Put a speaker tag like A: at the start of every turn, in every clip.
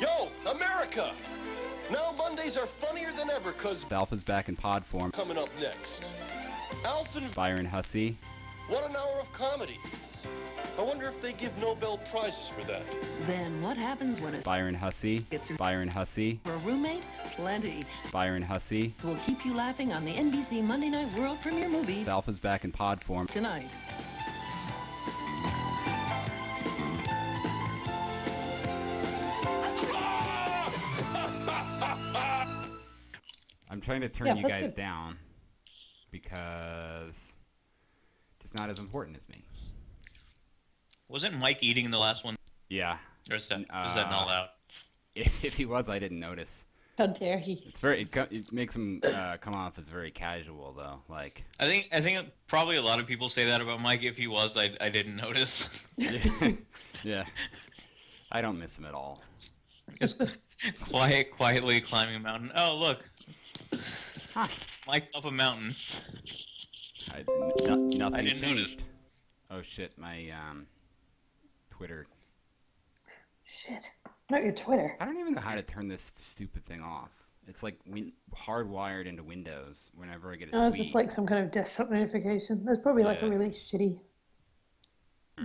A: Yo, America! Now Mondays are funnier than ever because
B: Alpha's back in pod form.
A: coming up next. Alf and
B: Byron Hussey.
A: what an hour of comedy. I wonder if they give Nobel Prizes for that.
C: Then what happens when it's
B: Byron Hussey.
C: It's your-
B: Byron Hussey.
C: for a roommate? Plenty.
B: Byron Hussey.
C: We'll keep you laughing on the NBC Monday Night World Premiere Movie
B: Alpha's back in pod form.
C: tonight.
B: I'm trying to turn
D: Yeah,
B: you
D: that's
B: guys
D: good.
B: down because it's not as important as me.
E: Wasn't Mike eating in the last one?
B: Yeah.
E: Or is that, is
B: Uh,
E: that not allowed?
B: If, if he was, I didn't notice.
D: How dare he?
B: It's very. It, co- it makes him uh, come off as very casual, though. Like,
E: I think I think probably a lot of people say that about Mike. If he was, I, I didn't notice.
B: yeah. I don't miss him at all.
E: Just quiet, quietly climbing a mountain. Oh look,
B: Huh.
E: Mike's up a mountain.
B: I, no, nothing
E: didn't
B: changed. Oh shit! My um, Twitter.
D: Shit. Not your Twitter.
B: I don't even know how to turn this stupid thing off. It's like win- hardwired into Windows. Whenever I get a
D: Oh, it's
B: tweet,
D: just like some kind of desktop notification. That's probably like a
B: Yeah. Mm-hmm.
D: really shitty,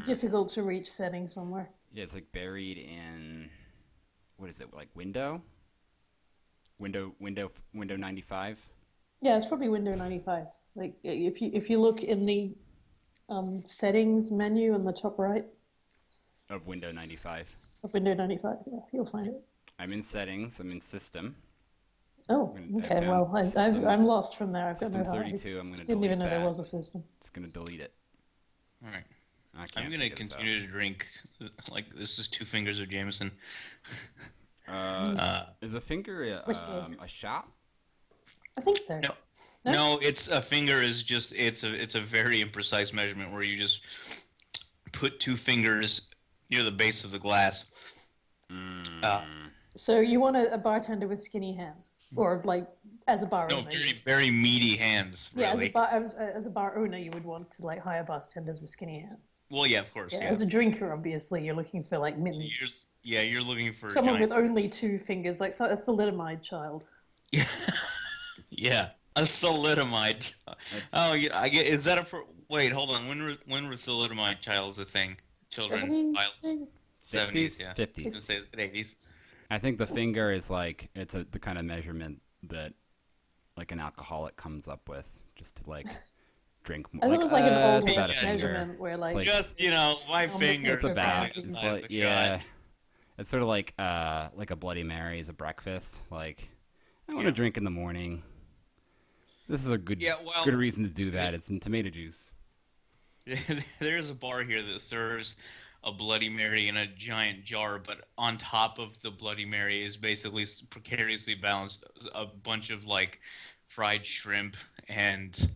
D: difficult to reach setting somewhere.
B: yeah, it's like buried in what is it? Like window, window, window, window ninety five.
D: Yeah, it's probably Windows 95. Like if you if you look in the um, settings menu in the top right
B: Of window ninety five.
D: of Windows 95, yeah, you'll find it.
B: I'm in settings. I'm in system.
D: Oh,
B: Win- I've
D: okay.
B: got
D: Well, I, I've,
B: system-
D: I'm lost from there. I've got
B: System
D: no heart.
B: thirty two. I'm gonna
D: Didn't
B: delete
D: even know
B: that.
D: there was a system.
B: Just gonna delete it.
E: All right,
B: I can't
E: I'm
B: figure this
E: gonna
B: out.
E: continue to drink. Like this is two fingers of Jameson.
B: Uh,
E: Uh,
B: is a finger a,
D: Whiskey.
B: um, a shot?
D: I think so.
E: No. No, it's a finger is just it's a it's a very imprecise measurement where you just put two fingers near the base of the glass. Uh,
D: Mm. So you want a, a bartender with skinny hands,
B: Hmm.
D: or like as a bar
E: no,
D: owner?
E: very very meaty hands.
D: yeah, as
E: Really.
D: a bar as, a- as a bar owner, you would want to like hire bartenders with skinny hands.
E: well, yeah, of course.
D: Yeah,
E: Yeah.
D: As a drinker, obviously, you're looking for like mittens.
E: You're, yeah, you're looking for
D: Someone
E: giant-
D: with only two fingers, like so that's the Litomide child.
E: Yeah. yeah. A thalidomide. Oh, yeah, I get. Is that a pro- wait? Hold on. When were when were thalidomide childs a thing? Children files. Seventies. Yeah. I was
B: Fifties.
E: gonna say it's eighties.
B: I think the finger is like it's a, the kind of measurement that like an alcoholic comes up with just to like drink more.
D: I thought it was like an
B: uh,
D: old
B: it's about a
D: west
E: Dutch
B: finger.
D: measurement where like,
B: Like-
E: Just you know, my
D: Almost
E: finger.
B: It's
D: It's
B: about.
D: about-
B: It's
D: it's
B: like
E: God.
B: yeah. It's sort of like uh like a Bloody Mary is a breakfast. Like I want to drink in the morning. This is a good
E: Yeah, well,
B: good reason to do that. It's in tomato juice.
E: there is a bar here that serves a Bloody Mary in a giant jar, but on top of the Bloody Mary is basically s- precariously balanced a bunch of like fried shrimp and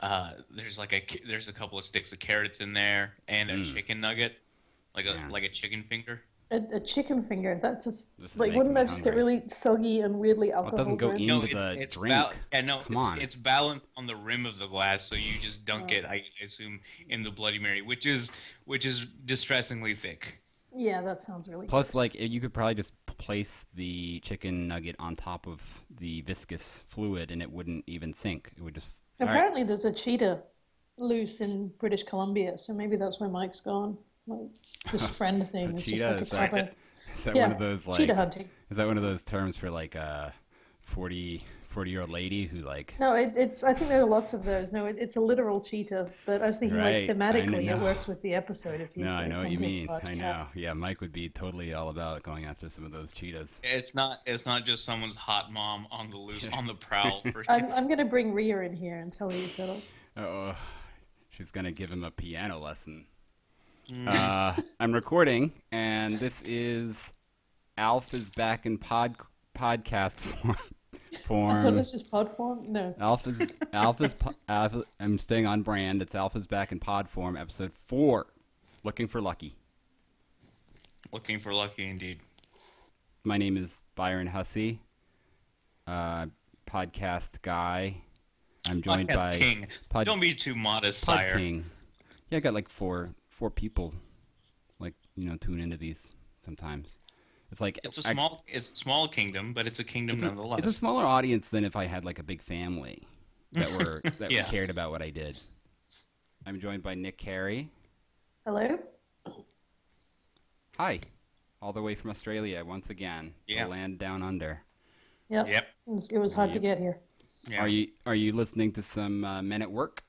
E: uh, there's like a ki- there's a couple of sticks of carrots in there and a chicken nugget, like a
B: Mm. Yeah.
E: like a chicken finger.
D: a, a chicken finger. That just
B: This is
D: like
B: making
D: wouldn't
B: me
D: that just get
B: hungry. Oh,
D: really soggy and weirdly
B: it
D: alcohol?
B: doesn't go
D: driven?
B: in. Into the drink.
E: yeah, no,
B: Come
E: it's,
B: on.
E: it's balanced on the rim of the glass, so you just dunk it. I assume in the Bloody Mary, which is which is distressingly thick.
D: Yeah, that sounds really.
B: Plus,
D: gross.
B: like it- you could probably just p- place the chicken nugget on top of the viscous fluid, and it wouldn't even sink. It would just. all right.
D: Apparently, there's a cheetah loose in British Columbia, so maybe that's where Mike's gone. Like, this friend thing is just
B: cheetah
D: like a
B: is like-
D: proper
B: Is that
D: yeah,
B: one of those like?
D: cheetah hunting.
B: Is that one of those terms for like a 40, 40 year old lady who like?
D: No, it, it's. I think there are lots of those. No, it, it's a literal cheetah, but I was thinking
B: Right, I
D: like thematically,
B: know.
D: it works with the episode. If you
B: No, I know what you mean.
D: Large
B: I
D: cat.
B: know. Yeah, Mike would be totally all about going after some of those cheetahs.
E: It's not. It's not just someone's hot mom on the loose, on the prowl. For,
D: I'm, I'm going to bring Rhea in here and tell her you said all this.
B: Oh, she's gonna give him a piano lesson. Uh, I'm recording, and this is Alf is back in pod podcast form.
D: I thought it
B: Form.
D: was just pod form. No,
B: Alpha's Alpha's po- Alpha, I'm staying on brand. It's Alpha's back in pod form, episode four. Looking for lucky.
E: looking for lucky indeed.
B: My name is Byron Hussey, uh, podcast guy. I'm joined
E: Podcast
B: by
E: king.
B: pod-
E: Don't be too modest,
B: Pod
E: sire.
B: King. Yeah, I got like four four people, like you know, tune into these sometimes. It's like
E: It's a
B: I-
E: small, it's a small kingdom, but it's a kingdom
B: it's a-
E: nonetheless.
B: It's a smaller audience than if I had like a big family that were that
E: Yeah.
B: cared about what I did. I'm joined by Nick Carey.
D: Hello?
B: Hi, all the way from Australia once again. the
E: Yeah.
B: land down under.
D: Yep.
E: Yep.
D: It was, it was hard to get here.
E: Yeah.
B: Are you are you listening to some uh, Men at Work?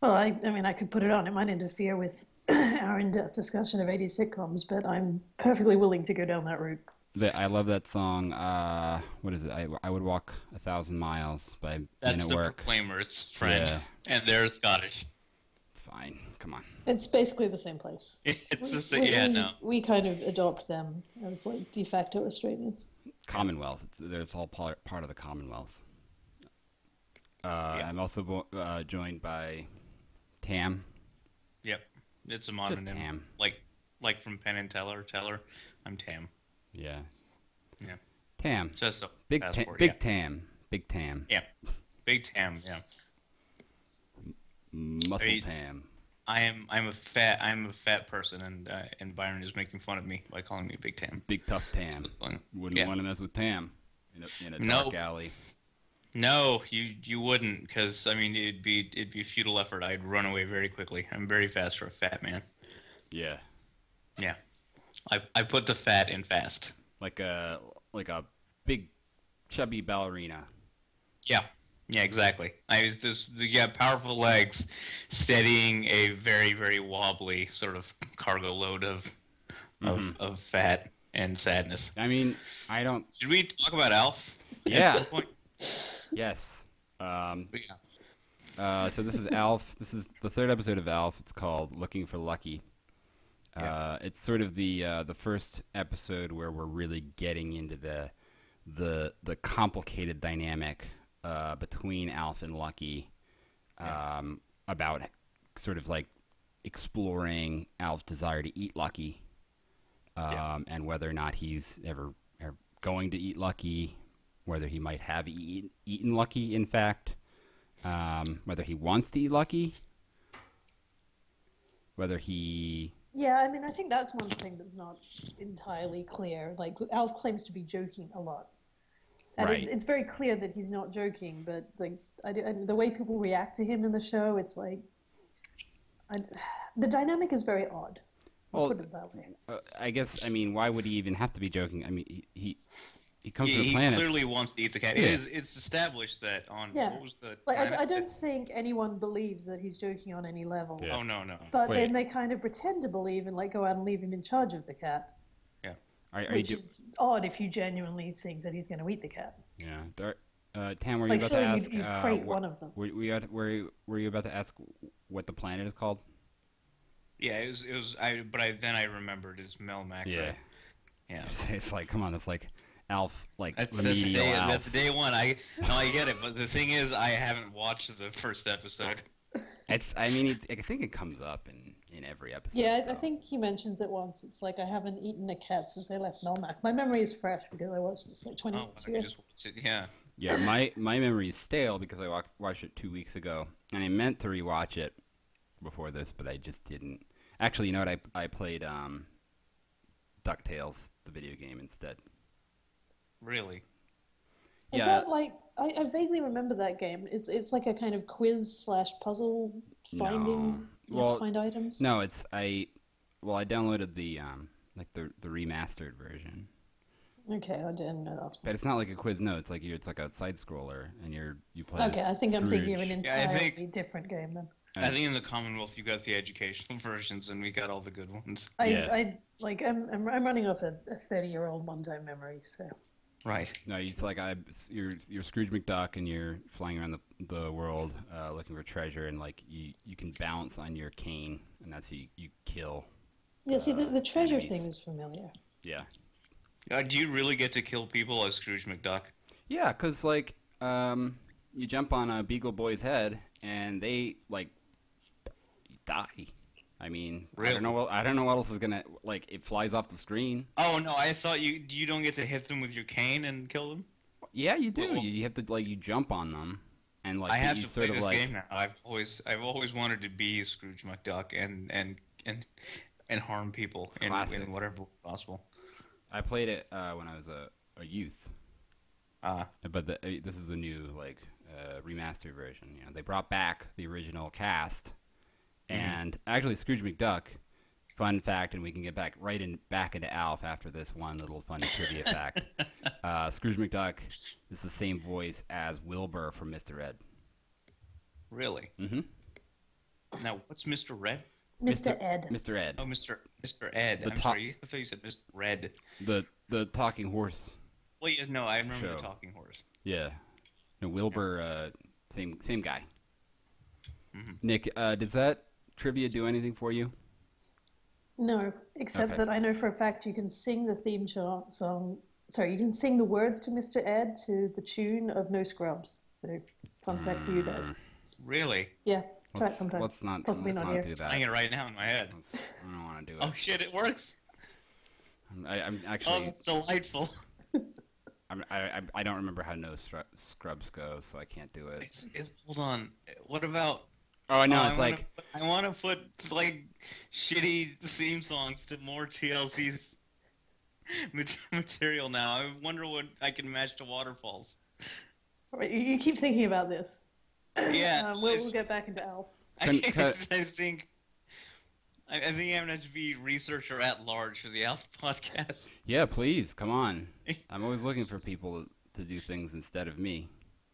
D: Well, I, I mean, I could put it on. It might interfere with our in depth discussion of 80 sitcoms, but I'm perfectly willing to go down that route.
B: The, I love that song. Uh, what is it? I, I would walk a thousand miles by Men
E: That's
B: at
E: the
B: Work.
E: Proclaimers, friend,
B: Yeah.
E: and they're Scottish.
B: It's fine. Come on.
D: It's basically the same place.
E: It's the
D: We-
E: same. Yeah,
D: we,
E: no.
D: we kind of adopt them as like de facto Australians.
B: Commonwealth. It's, it's all part, part of the Commonwealth. Uh,
E: Yeah.
B: I'm also bo- uh, joined by Tam.
E: Yep. It's a mononym.
B: Tam.
E: Like, like from Penn and Teller. Teller. I'm Tam.
B: Yeah.
E: Yeah.
B: Tam.
E: It says so.
B: Big ta-
E: passport,
B: Big Tam. Big Tam.
E: yeah. yeah. Big Tam. Yeah.
B: Muscle
E: Hey.
B: Tam.
E: I am. I'm a fat. I'm a fat person, and uh, and Byron is making fun of me by calling me Big Tam.
B: Big tough Tam. Wouldn't
E: Yeah.
B: want to mess with Tam in a, in a
E: Nope.
B: dark alley.
E: No, you you wouldn't, because I mean it'd be it'd be a futile effort. I'd run away very quickly. I'm very fast for a fat man.
B: Yeah.
E: Yeah, I I put the fat in fast.
B: Like a like a big chubby ballerina.
E: Yeah, yeah, exactly. I was this yeah powerful legs, steadying a very very wobbly sort of cargo load of
B: Mm-hmm.
E: of of fat and sadness.
B: I mean, I don't.
E: Should we talk about Alf? at
B: Yeah.
E: some point?
B: Yes. Um,
E: Yeah.
B: Uh, so this is Alf. This is the third episode of Alf. It's called Looking for Lucky. Uh, it's sort of the uh, the first episode where we're really getting into the the the complicated dynamic uh, between Alf and Lucky um, about sort of like exploring Alf's desire to eat Lucky um,
E: Yeah.
B: and whether or not he's ever, ever going to eat Lucky, whether he might have eaten, eaten Lucky, in fact, um, whether he wants to eat Lucky, whether he
D: Yeah, I mean, I think that's one thing that's not entirely clear. Like, Alf claims to be joking a lot. And
B: Right.
D: it, it's very clear that he's not joking, but like I do, and the way people react to him in the show, it's like I, the dynamic is very odd. I'll
B: Well,
D: put it that way.
B: Uh, I guess I mean, why would he even have to be joking? I mean, he he, he comes
E: He,
B: from the
E: he
B: planet.
E: clearly wants to eat the cat. It
B: Yeah.
E: is. It's established that on
D: Yeah.
E: what was the
D: Like
E: planet
D: I, I don't
E: that-
D: think anyone believes that he's joking on any level.
B: Yeah.
E: Oh no no.
D: But
B: Wait.
D: then they kind of pretend to believe and like go out and leave him in charge of the cat,
E: yeah.
B: Are, are you
D: which
B: do-
D: is odd if you genuinely think that he's going to eat the cat.
B: yeah. Dar- uh, Tam, were you
D: Like
B: about to
D: surely
B: ask?
D: you'd, you'd
B: uh,
D: crate
B: wh-
D: one of them.
B: Were, were, you, at- were, you- were you about to ask what the planet is called?
E: Yeah, it was. It was. I. But I then I remembered it's Melmac. right? Yeah.
B: It's, it's like, come on, that's like Alf, like
E: That's that's
B: remedial
E: day.
B: Alf.
E: That's day one. I. No, I get it. But the thing is, I haven't watched the first episode.
B: It's. I mean, it, I think it comes up in in every episode.
D: Yeah, I, I
B: though.
D: think he mentions it once. It's like I haven't eaten a cat since I left Melmac. My memory is fresh because I watched this like 20
E: Oh,
D: minutes
E: I
D: ago.
E: just watched it. Yeah.
B: Yeah, my my memory is stale because I wa- watched it two weeks ago, and I meant to rewatch it before this, but I just didn't. Actually, you know what? I I played um, Ducktales, the video game, instead.
E: Really.
D: Is
B: yeah.
D: that like I, I vaguely remember that game. It's it's like a kind of quiz slash puzzle finding. You have
B: Well,
D: to find items.
B: No, it's I. Well, I downloaded the um like the the remastered version,
D: Okay, I didn't know that.
B: but it's not like a quiz. No, it's like you. It's like a side scroller, and you're you play.
D: Okay,
B: as
D: I think I'm thinking of an
B: Scrooge.
E: Yeah, I
D: entirely
E: think-
D: different game then.
E: I think in the Commonwealth you got the educational versions, and we got all the good ones.
D: I,
B: Yeah.
D: I like I'm I'm, I'm running off a thirty year old one time memory. So
E: Right.
B: No, it's like I, you're you're Scrooge McDuck, and you're flying around the, the world uh, looking for treasure, and like you, you can bounce on your cane, and that's who you, you kill.
D: yeah, see the, the treasure
B: enemies.
D: thing is familiar.
B: Yeah,
E: Uh, do you really get to kill people as Scrooge McDuck?
B: yeah, because like um, you jump on a Beagle Boy's head, and they like die. I mean, I
E: Really?
B: don't know. What, I don't know what else is gonna like. It flies off the screen.
E: Oh no, I thought you you don't get to hit them with your cane and kill them.
B: Yeah, you do.
E: Well-
B: you, you have to like you jump on them, and like
E: I have
B: you
E: to
B: sort
E: play
B: of
E: this
B: like
E: game now. I've always I've always wanted to be Scrooge McDuck and and and and harm people in,
B: classic.
E: in whatever way possible.
B: I played it uh, when I was a, a youth,
E: Uh,
B: but the, uh, this is the new like uh, remastered version. You know, they brought back the original cast, and actually Scrooge McDuck. Fun fact, and we can get back right in back into Alf after this one little funny trivia fact. Uh, Scrooge McDuck is the same voice as Wilbur from Mr. Ed.
E: really?
B: Mhm. Mm-hmm.
E: Now, what's Mr. Red?
D: Mr. Ed.
B: Mr. Ed,
E: Oh, Mr. Mr. Ed.
B: The
E: I'm
B: top-
E: sorry. I thought you said Mr. Red.
B: the the talking horse.
E: Well, yeah, no, I remember
B: Show.
E: the talking horse.
B: Yeah. No, Wilbur, uh, same same guy. Nick, uh, does that trivia do anything for you?
D: No, except
B: Okay.
D: that I know for a fact you can sing the theme cho- song. Sorry, you can sing the words to Mr. Ed to the tune of No Scrubs. So, fun fact for you
B: Mm.
D: guys.
E: Really?
D: Yeah, try it
B: Let's,
D: sometime.
B: let's not
D: Possibly
B: let's
D: not
B: not
D: here.
B: do
E: Playing
B: that. Oh,
E: it right now in my head.
B: Let's, I don't want to do it.
E: Oh shit! It works.
B: I'm- I, I'm
E: Oh,
D: Um,
B: actually
E: it's delightful.
B: I'm, I I- I don't remember how no Stru- scrubs go, so I can't do it.
E: It's, it's, hold on. What about?
B: Oh, I know.
E: oh,
B: it's
E: I wanna,
B: like
E: put- I want to put like shitty theme songs to more TLC mat- material now. I wonder what I can match to waterfalls.
D: All right, you, you keep thinking about this.
E: Yeah,
D: Um, we'll,
E: it's-
D: we'll get back into Alf.
E: I,
B: Can- can-
E: I think. I, I think I'm going to be researcher at large for the Alpha podcast.
B: yeah, please come on. I'm always looking for people to do things instead of me.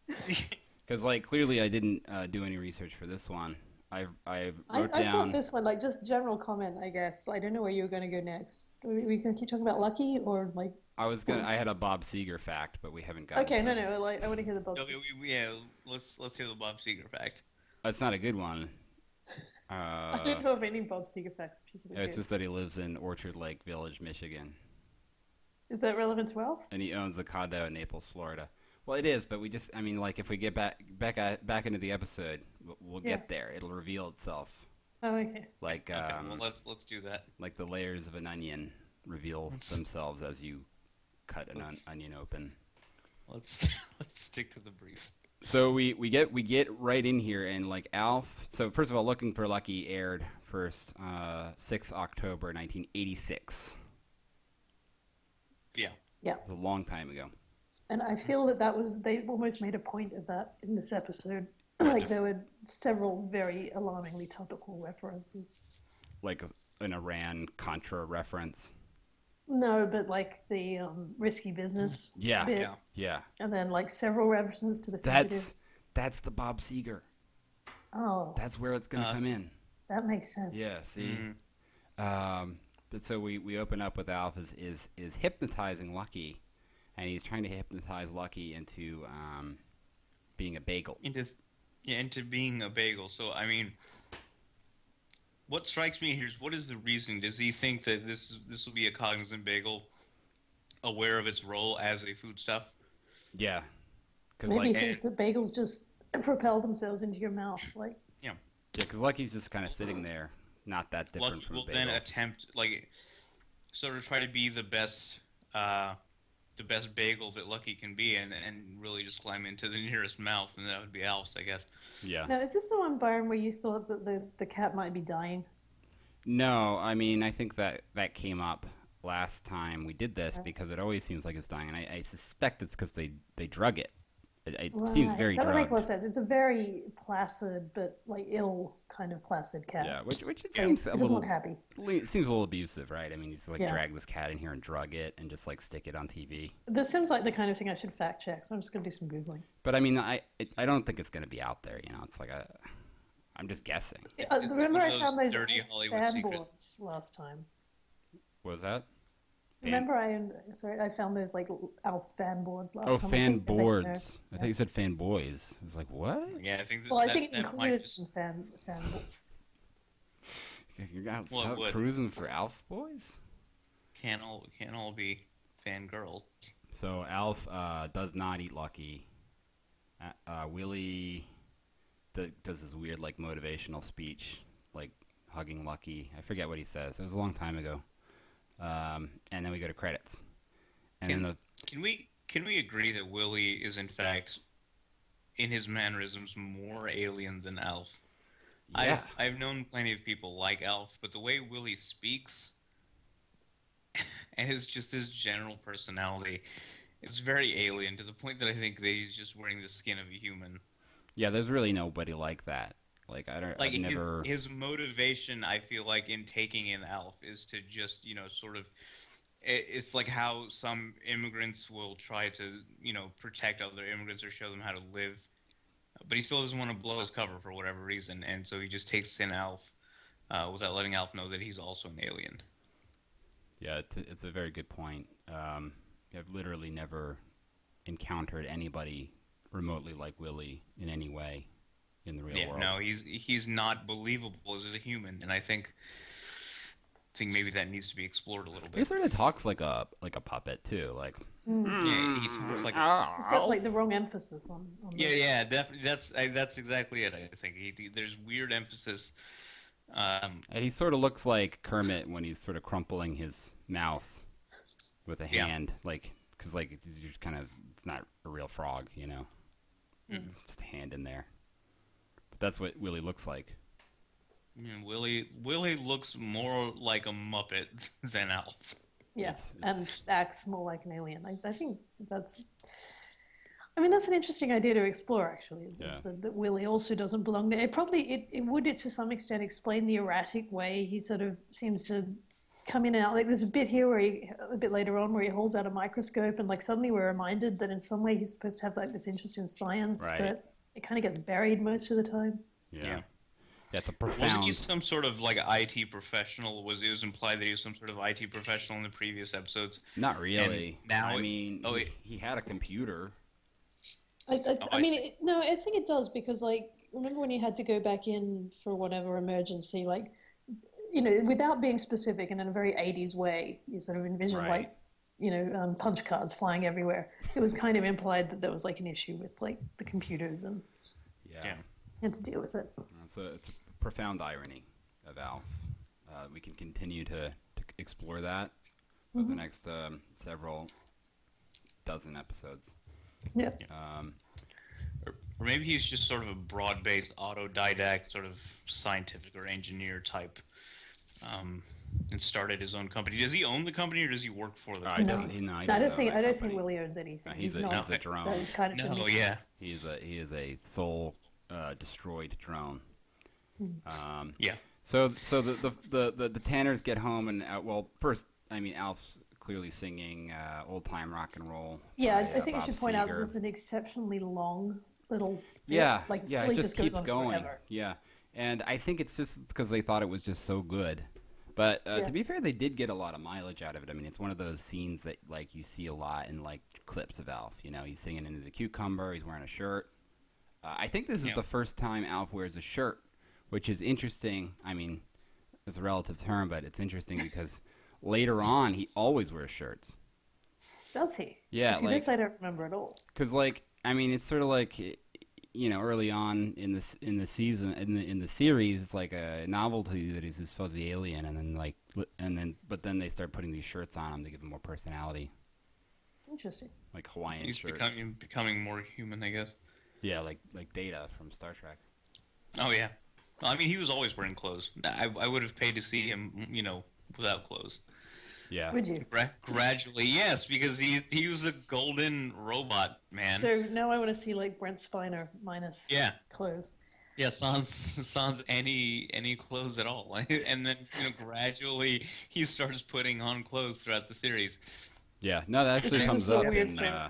B: Because like clearly I didn't uh, do any research for this one. I've I've
D: I,
B: wrote
D: I
B: down.
D: thought this one, like, just general comment, I guess. I don't know where you were going to go next. Are we, we going to keep talking about Lucky or, like,
B: I was gonna. I had a Bob Seger fact, but we haven't gotten.
D: okay,
B: to
D: no,
B: it.
D: no, like, I want to hear the Bob
E: No,
D: Seger.
E: we- we- yeah, let's let's hear the Bob Seger fact.
B: That's not a good one.
D: I don't
B: Uh,
D: know of any Bob Seger facts particularly.
B: it's
D: good.
B: just that he lives in Orchard Lake Village, Michigan,
D: Is that relevant to Alf?
B: and he owns a condo in Naples, Florida. Well, it is, but we just. I mean, like, if we get back back at, back into the episode, we'll, we'll
D: Yeah.
B: get there. It'll reveal itself,
D: Oh, okay.
B: like
E: Okay,
B: um,
E: well, let's let's do that.
B: like the layers of an onion reveal themselves as you cut an on-
E: Let's-
B: onion open.
E: Let's let's stick to the brief.
B: So we, we get we get right in here and like Alf. So first of all, looking for Lucky aired first uh, sixth October nineteen eighty six.
E: Yeah.
D: Yeah.
B: It was a long time ago.
D: And I feel that that was, they almost made a point of that in this episode. like, there were several very alarmingly topical references.
B: Like an Iran Contra reference.
D: No, but like the um, risky business.
B: Yeah.
D: bit,
E: Yeah.
B: Yeah,
D: And then like several references to the
B: that's
D: fugitive.
B: that's the Bob Seger.
D: Oh,
B: That's where it's gonna
E: Uh, mm-hmm.
B: come in.
D: that makes sense.
B: Yeah. See. Um, but so we, we open up with Alf is, is is hypnotizing Lucky, and he's trying to hypnotize Lucky into um, being a bagel.
E: into yeah, into being a bagel. So I mean, what strikes me here is what is the reasoning? Does he think that this is, this will be a cognizant bagel, aware of its role as a foodstuff?
B: Yeah. Because
D: Maybe
B: like eh
D: he thinks that bagels just propel themselves into your mouth. Like,
E: Yeah,
B: Yeah, because Lucky's just kind of sitting there, not that different
E: Lucky
B: from
E: will
B: Bagel.
E: then attempt like sort of try to be the best. uh the best bagel that Lucky can be, and and really just climb into the nearest mouth, and that would be Alf's, I guess.
B: yeah.
D: now is this the one, Byron, where you thought that the, the cat might be dying?
B: No, I mean, I think that that came up last time we did this because it always seems like it's dying, and I, I suspect it's because they they drug it. It, it seems
D: Right.
B: very
D: That would make more
B: drugged.
D: sense. It's a very placid, but like ill kind of placid cat.
B: Yeah, which which it
D: Like,
B: seems a
D: it doesn't
B: little
D: look happy.
B: le- it seems a little abusive, right? I mean, he's like
D: Yeah.
B: drag this cat in here and drug it and just like stick it on TV.
D: This seems like the kind of thing I should fact check, so I'm just going to do some googling.
B: But I mean, I it, I don't think it's gonna be out there. You know, it's like a I'm just guessing.
D: Uh,
E: it's
D: remember,
E: one
D: I
E: of
D: found
E: those
D: those
E: dirty
D: old
E: Hollywood
D: fan
E: secrets.
D: boards last time.
B: What was that? Fan-
D: Remember, I sorry, I found those like l- our fan boards last
B: Oh,
D: time. I
B: fan
D: think they make notes.
B: boards. I think you said fan boys. I was like, what?
E: Yeah, I think. That,
D: Well, I
E: that-
D: think it
E: that might
D: included
E: just-
D: some fan fan boards.
B: You're out,
E: Well, it
B: out
E: would.
B: cruising for Alf boys?
E: can't all can't all be fangirls.
B: So Alf uh, does not eat Lucky. Uh, uh, Willie d- does this weird, like, motivational speech, like hugging Lucky. I forget what he says. It was a long time ago. Um, and then we go to credits. And then the,
E: Can we can we agree that Willie is in fact in his mannerisms more alien than Alf?
B: yeah,
E: I've I've known plenty of people like Alf, but the way Willie speaks and his just his general personality is very alien to the point that I think that he's just wearing the skin of a human.
B: Yeah, there's really nobody like that. Like I don't.
E: Like
B: I've never.
E: his his motivation, I feel like in taking in Alf is to just you know sort of. it- It's like how some immigrants will try to, you know, protect other immigrants or show them how to live, but he still doesn't want to blow his cover for whatever reason, and so he just takes in Alf uh, without letting Alf know that he's also an alien.
B: yeah, it's a, it's a very good point. Um, I've literally never encountered anybody remotely like Willie in any way in the real
E: Yeah,
B: world.
E: no, he's he's not believable as a human, and I think I think maybe that needs to be explored a little
B: He
E: bit.
B: sort of talks like a like a puppet too. Like
E: Yeah, he talks like a-
D: Hmm, It's got like the wrong emphasis on. on
E: yeah,
D: the,
E: yeah, definitely. That's I, that's exactly it. I think he, he- there's weird emphasis. Um,
B: And he sort of looks like Kermit when he's sort of crumpling his mouth with a
E: Yeah.
B: hand, like because like it's just kind of it's not a real frog, you know.
E: Mm-hmm.
B: It's just a hand in there. But that's what Willie looks like.
E: and Willie Willie looks more like a muppet than Alf.
B: It's-
D: Yes,
B: it's-
D: and acts more like an alien. I, I think that's. I mean, that's an interesting idea to explore. Actually, is- is
B: Yeah.
D: that, that Willie also doesn't belong there. It probably it, it would it to some extent explain the erratic way he sort of seems to come in and out. Like there's a bit here where he, a bit later on where he holds out a microscope and like suddenly we're reminded that in some way he's supposed to have like this interest in science,
B: Right.
D: but it kind of gets buried most of the time.
B: Yeah.
E: Yeah.
B: That's a
E: Wasn't
B: profound.
E: he some sort of like IT professional? Was it was implied that he was some sort of IT professional in the previous episodes?
B: Not really.
E: And now
B: I
E: it-
B: mean,
E: oh,
B: he,
E: it-
B: he had a computer.
D: I, I,
E: Oh,
D: I
E: I
D: mean,
E: see.
D: it, no, I think it does because, like, remember when he had to go back in for whatever emergency, like, you know, without being specific and in a very 80s way, you sort of envision,
B: Right.
D: like, you know, um, punch cards flying everywhere. It was kind of implied that there was, like, an issue with, like, the computers and
B: Yeah.
E: Yeah.
D: had to deal with it.
B: It's a, it's a profound irony of Alf. Uh, we can continue to, to explore that for the next um, several dozen episodes.
D: Yeah.
B: Um,
E: Or, or maybe he's just sort of a broad based autodidact, sort of scientific or engineer type, um, and started his own company. Does he own the company or does he work for the
B: Uh,
E: company?
B: he doesn't. He, no, he
D: I
B: doesn't
D: don't
B: own
D: think
B: that
D: I don't
B: company.
D: think Willie owns anything.
B: No, he's, a,
D: not
B: he's a drone.
D: that kind of
E: No,
D: comedian.
E: yeah.
B: He's a he is a soul uh, destroyed drone. Um,
E: Yeah.
B: so so the the, the the the Tanners get home and uh, well first I mean Alf's clearly singing uh, old time rock and roll.
D: Yeah,
B: by,
D: I, I
B: uh,
D: think I
B: Bob
D: should point out
B: Seger.
D: that this is an exceptionally long little.
B: Yeah,
D: like
B: yeah,
D: really
B: it just,
D: goes
B: keeps
D: on
B: going.
D: Forever.
B: Yeah, and I think it's just because they thought it was just so good. But uh,
D: Yeah.
B: to be fair, they did get a lot of mileage out of it. I mean, it's one of those scenes that like you see a lot in like clips of Alf. You know, he's singing into the cucumber. He's wearing a shirt. Uh, I think this is
E: Yeah.
B: the first time Alf wears a shirt, which is interesting. I mean, it's a relative term, but it's interesting because later on he always wears shirts.
D: Does he?
B: Yeah,
D: See, this
B: like-
D: I don't remember at all.
B: Because like I mean, it's sort of like you know early on in this in the season in the in the series, it's like a novelty that he's this fuzzy alien, and then like li- and then but then they start putting these shirts on him to give him more personality,
D: Interesting.
B: like Hawaiian
E: He's
B: shirts.
E: becoming becoming more human, I guess.
B: Yeah, like like Data from Star Trek.
E: Oh yeah. I mean, he was always wearing clothes. I, I would have paid to see him, you know, without clothes.
B: Yeah.
D: Would you?
E: Gra- gradually, yes, because he he was a golden robot man.
D: So now I want to see like Brent Spiner minus
E: Yeah.
D: clothes.
E: Yeah, sans sans any any clothes at all, and then you know gradually he starts putting on clothes throughout the series.
B: Yeah. No, that
D: Which
B: actually
D: is
B: comes
D: a
B: up
D: weird
B: in.
D: thing.
B: Uh,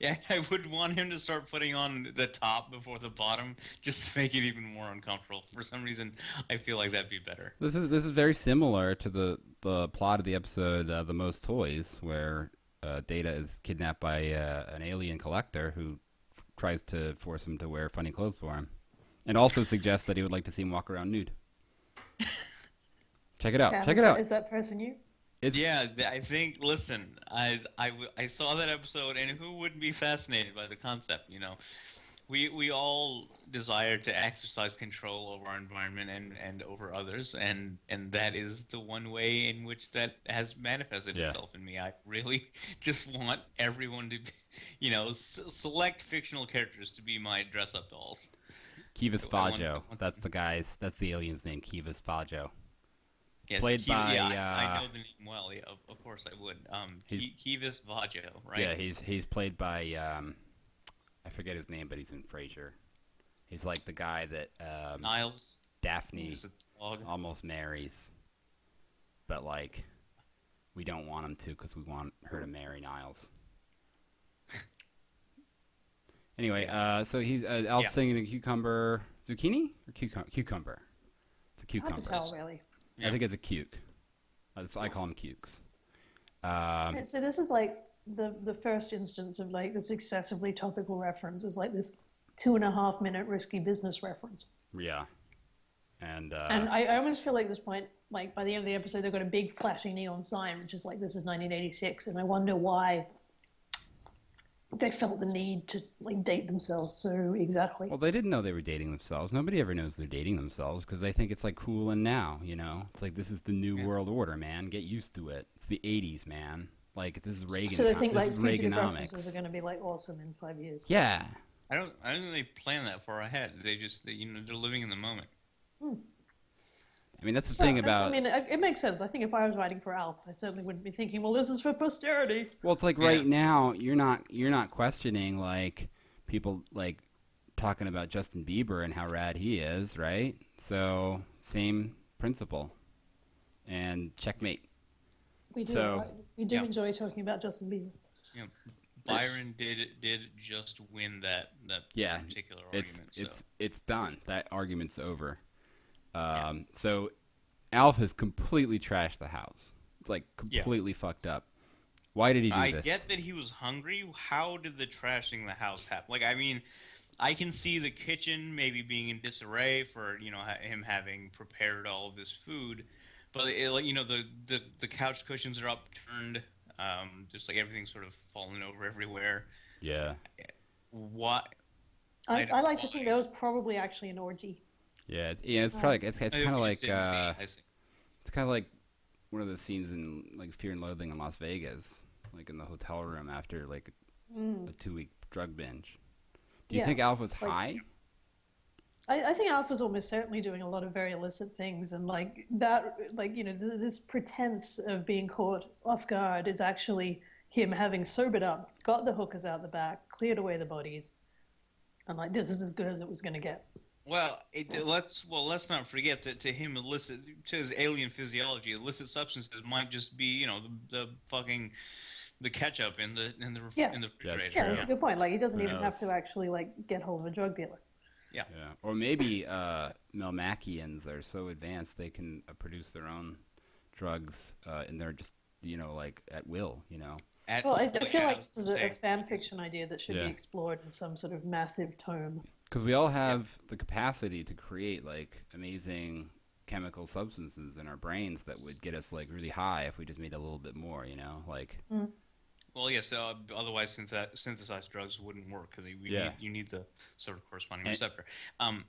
E: Yeah, I would want him to start putting on the top before the bottom, just to make it even more uncomfortable. For some reason, I feel like that'd be better.
B: This is this is very similar to the the plot of the episode uh, "The Most Toys," where uh, Data is kidnapped by uh, an alien collector who f- tries to force him to wear funny clothes for him, and also suggests that he would like to see him walk around nude. Check it out!
D: Yeah,
B: Oh, Check
D: is
B: it
D: that-
B: out!
D: Is that person you?
B: It's
E: Yeah, th- I think. Listen, I, I w- I saw that episode, and who wouldn't be fascinated by the concept? You know, we we all desire to exercise control over our environment and and over others, and and that is the one way in which that has manifested
B: Yeah.
E: itself in me. I really just want everyone to, be- you know, s- select fictional characters to be my dress-up dolls.
B: Kivas
E: I want- I
B: Fajo.
E: want-
B: That's the guy's. That's the alien's name. Kivas Fajo.
E: Yes,
B: Played
E: Ki-
B: by,
E: yeah, I, I
B: uh,
E: know the name well. Yeah, of, of course I would. Um,
B: He's-
E: Ki- Kivas Vajo, right?
B: Yeah, he's he's played by um, I forget his name, but he's in Frasier. He's like the guy that um,
E: Niles.
B: Daphne
E: he's a dog.
B: almost marries, but like we don't want him to because we want her to marry Niles. anyway, uh, so he's uh, Alf
E: Yeah.
B: singing a cucumber zucchini or cucumber cucumber. It's a
D: Hard to
B: cucumber.
D: tell, really.
B: I think it's a cuke. That's I call them cukes. Um,
D: Yeah, so this is like the the first instance of like this excessively topical reference is like this two and a half minute risky business reference.
B: yeah, and, uh,
D: And I, I almost feel like at this point, like by the end of the episode, they've got a big flashing neon sign, which is like this is 1986, and I wonder why they felt the need to like date themselves so exactly.
B: Well, they didn't know they were dating themselves. Nobody ever knows they're dating themselves because they think it's like cool and now, you know? It's like this is the new world order, man. Get used to it. It's the 80s, man. Like this is Reagan.
D: so they think
B: this
D: like
B: is
D: fugitive references are
B: Reaganomics.
D: going to be like awesome in five years.
B: Yeah.
E: I don't. I don't think they plan that far ahead. They just, they, you know, they're living in the moment.
B: I mean, that's the
D: So,
B: thing
D: I-
B: about
D: I mean, it, it makes sense. I think if I was writing for Alf, I certainly wouldn't be thinking, well, this is for posterity.
B: Well, it's like right now you're not you're not questioning like people like talking about Justin Bieber and how rad he is, right? So, same principle. And checkmate.
D: We do.
B: So-
D: like- we do
E: Yeah.
D: enjoy talking about Justin Bieber.
E: You know, Byron did did just win that that
B: Yeah,
E: particular
B: it's
E: argument.
B: it's
E: so.
B: it's done. That argument's over. Um, So Alf has completely trashed the house. It's like completely fucked up. Why did he do
E: I
B: this?
E: get that he was hungry. How did the trashing the house happen? Like, I mean, I can see the kitchen maybe being in disarray for you know ha- him having prepared all of this food, but it, like you know the, the the couch cushions are upturned, um, just like everything's sort of fallen over everywhere.
B: yeah,
E: What? I
D: I,
E: don't
D: I like to
E: know.
D: think that was probably actually an orgy.
B: yeah, it's, yeah. It's probably it's, it's kind of like uh,
E: I see.
B: it's kind of like one of those scenes in like Fear and Loathing in Las Vegas, like in the hotel room after like a two week drug binge. Do you
D: Mm. Yeah,
B: think Alf was
D: like-
B: high?
D: I, I think Alf was almost certainly doing a lot of very illicit things, and like that, like you know, th- this pretense of being caught off guard is actually him having sobered up, got the hookers out the back, cleared away the bodies, and like this is as good as it was going to get.
E: Well, it, let's well let's not forget that to him illicit to his alien physiology, illicit substances might just be you know the, the fucking the ketchup in the in the ref-
D: Yeah.
E: in the
B: That's
E: refrigerator.
D: Yeah, that's a good point. Like he doesn't
B: Who
D: even have
B: knows?
D: to actually like get hold of a drug dealer.
B: Yeah, or maybe uh, Melmacians are so advanced they can uh, produce their own drugs, uh, and they're just you know like at will, you know.
E: At-
D: Well, I, I feel
E: yeah,
D: like
E: was
D: this is a, a
E: saying,
D: fan fiction idea that should
B: Yeah.
D: be explored in some sort of massive tome.
B: Because we all have the capacity to create like amazing chemical substances in our brains that would get us like really high if we just made a little bit more, you know, like
E: Well, yes. Uh, otherwise, synthet- synthesized drugs wouldn't work because you,
B: Yeah.
E: need, you need the sort of corresponding
B: And-
E: receptor. Um,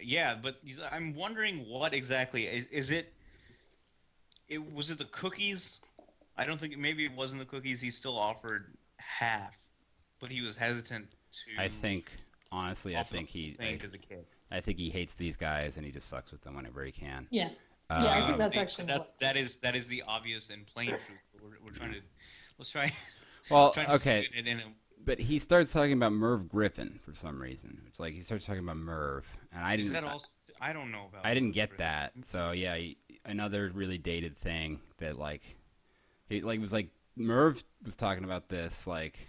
E: yeah, but you- I'm wondering what exactly is, is it? It was it the cookies? I don't think maybe it wasn't the cookies. He still offered half, but he was hesitant to.
B: I think honestly, I
E: offer the
B: think
E: whole
B: he,
E: thing
B: I,
E: to the kid.
B: I think he hates these guys and he just fucks with them whenever he can.
D: Yeah. Yeah,
B: Um,
D: I think that's
E: They-
D: actually
E: that's
D: what-
E: that is that is the obvious and plain truth. We're, we're trying to let's try.
B: Well,
E: trying to
B: Oh, okay,
E: spin it in a
B: But he starts talking about Merv Griffin for some reason. It's like he starts talking about Merv, and I
E: Is
B: didn't.
E: that also? I don't know about.
B: I didn't
E: Merv
B: get
E: Griffin.
B: that. So yeah, he- another really dated thing that like, he like was like Merv was talking about this like,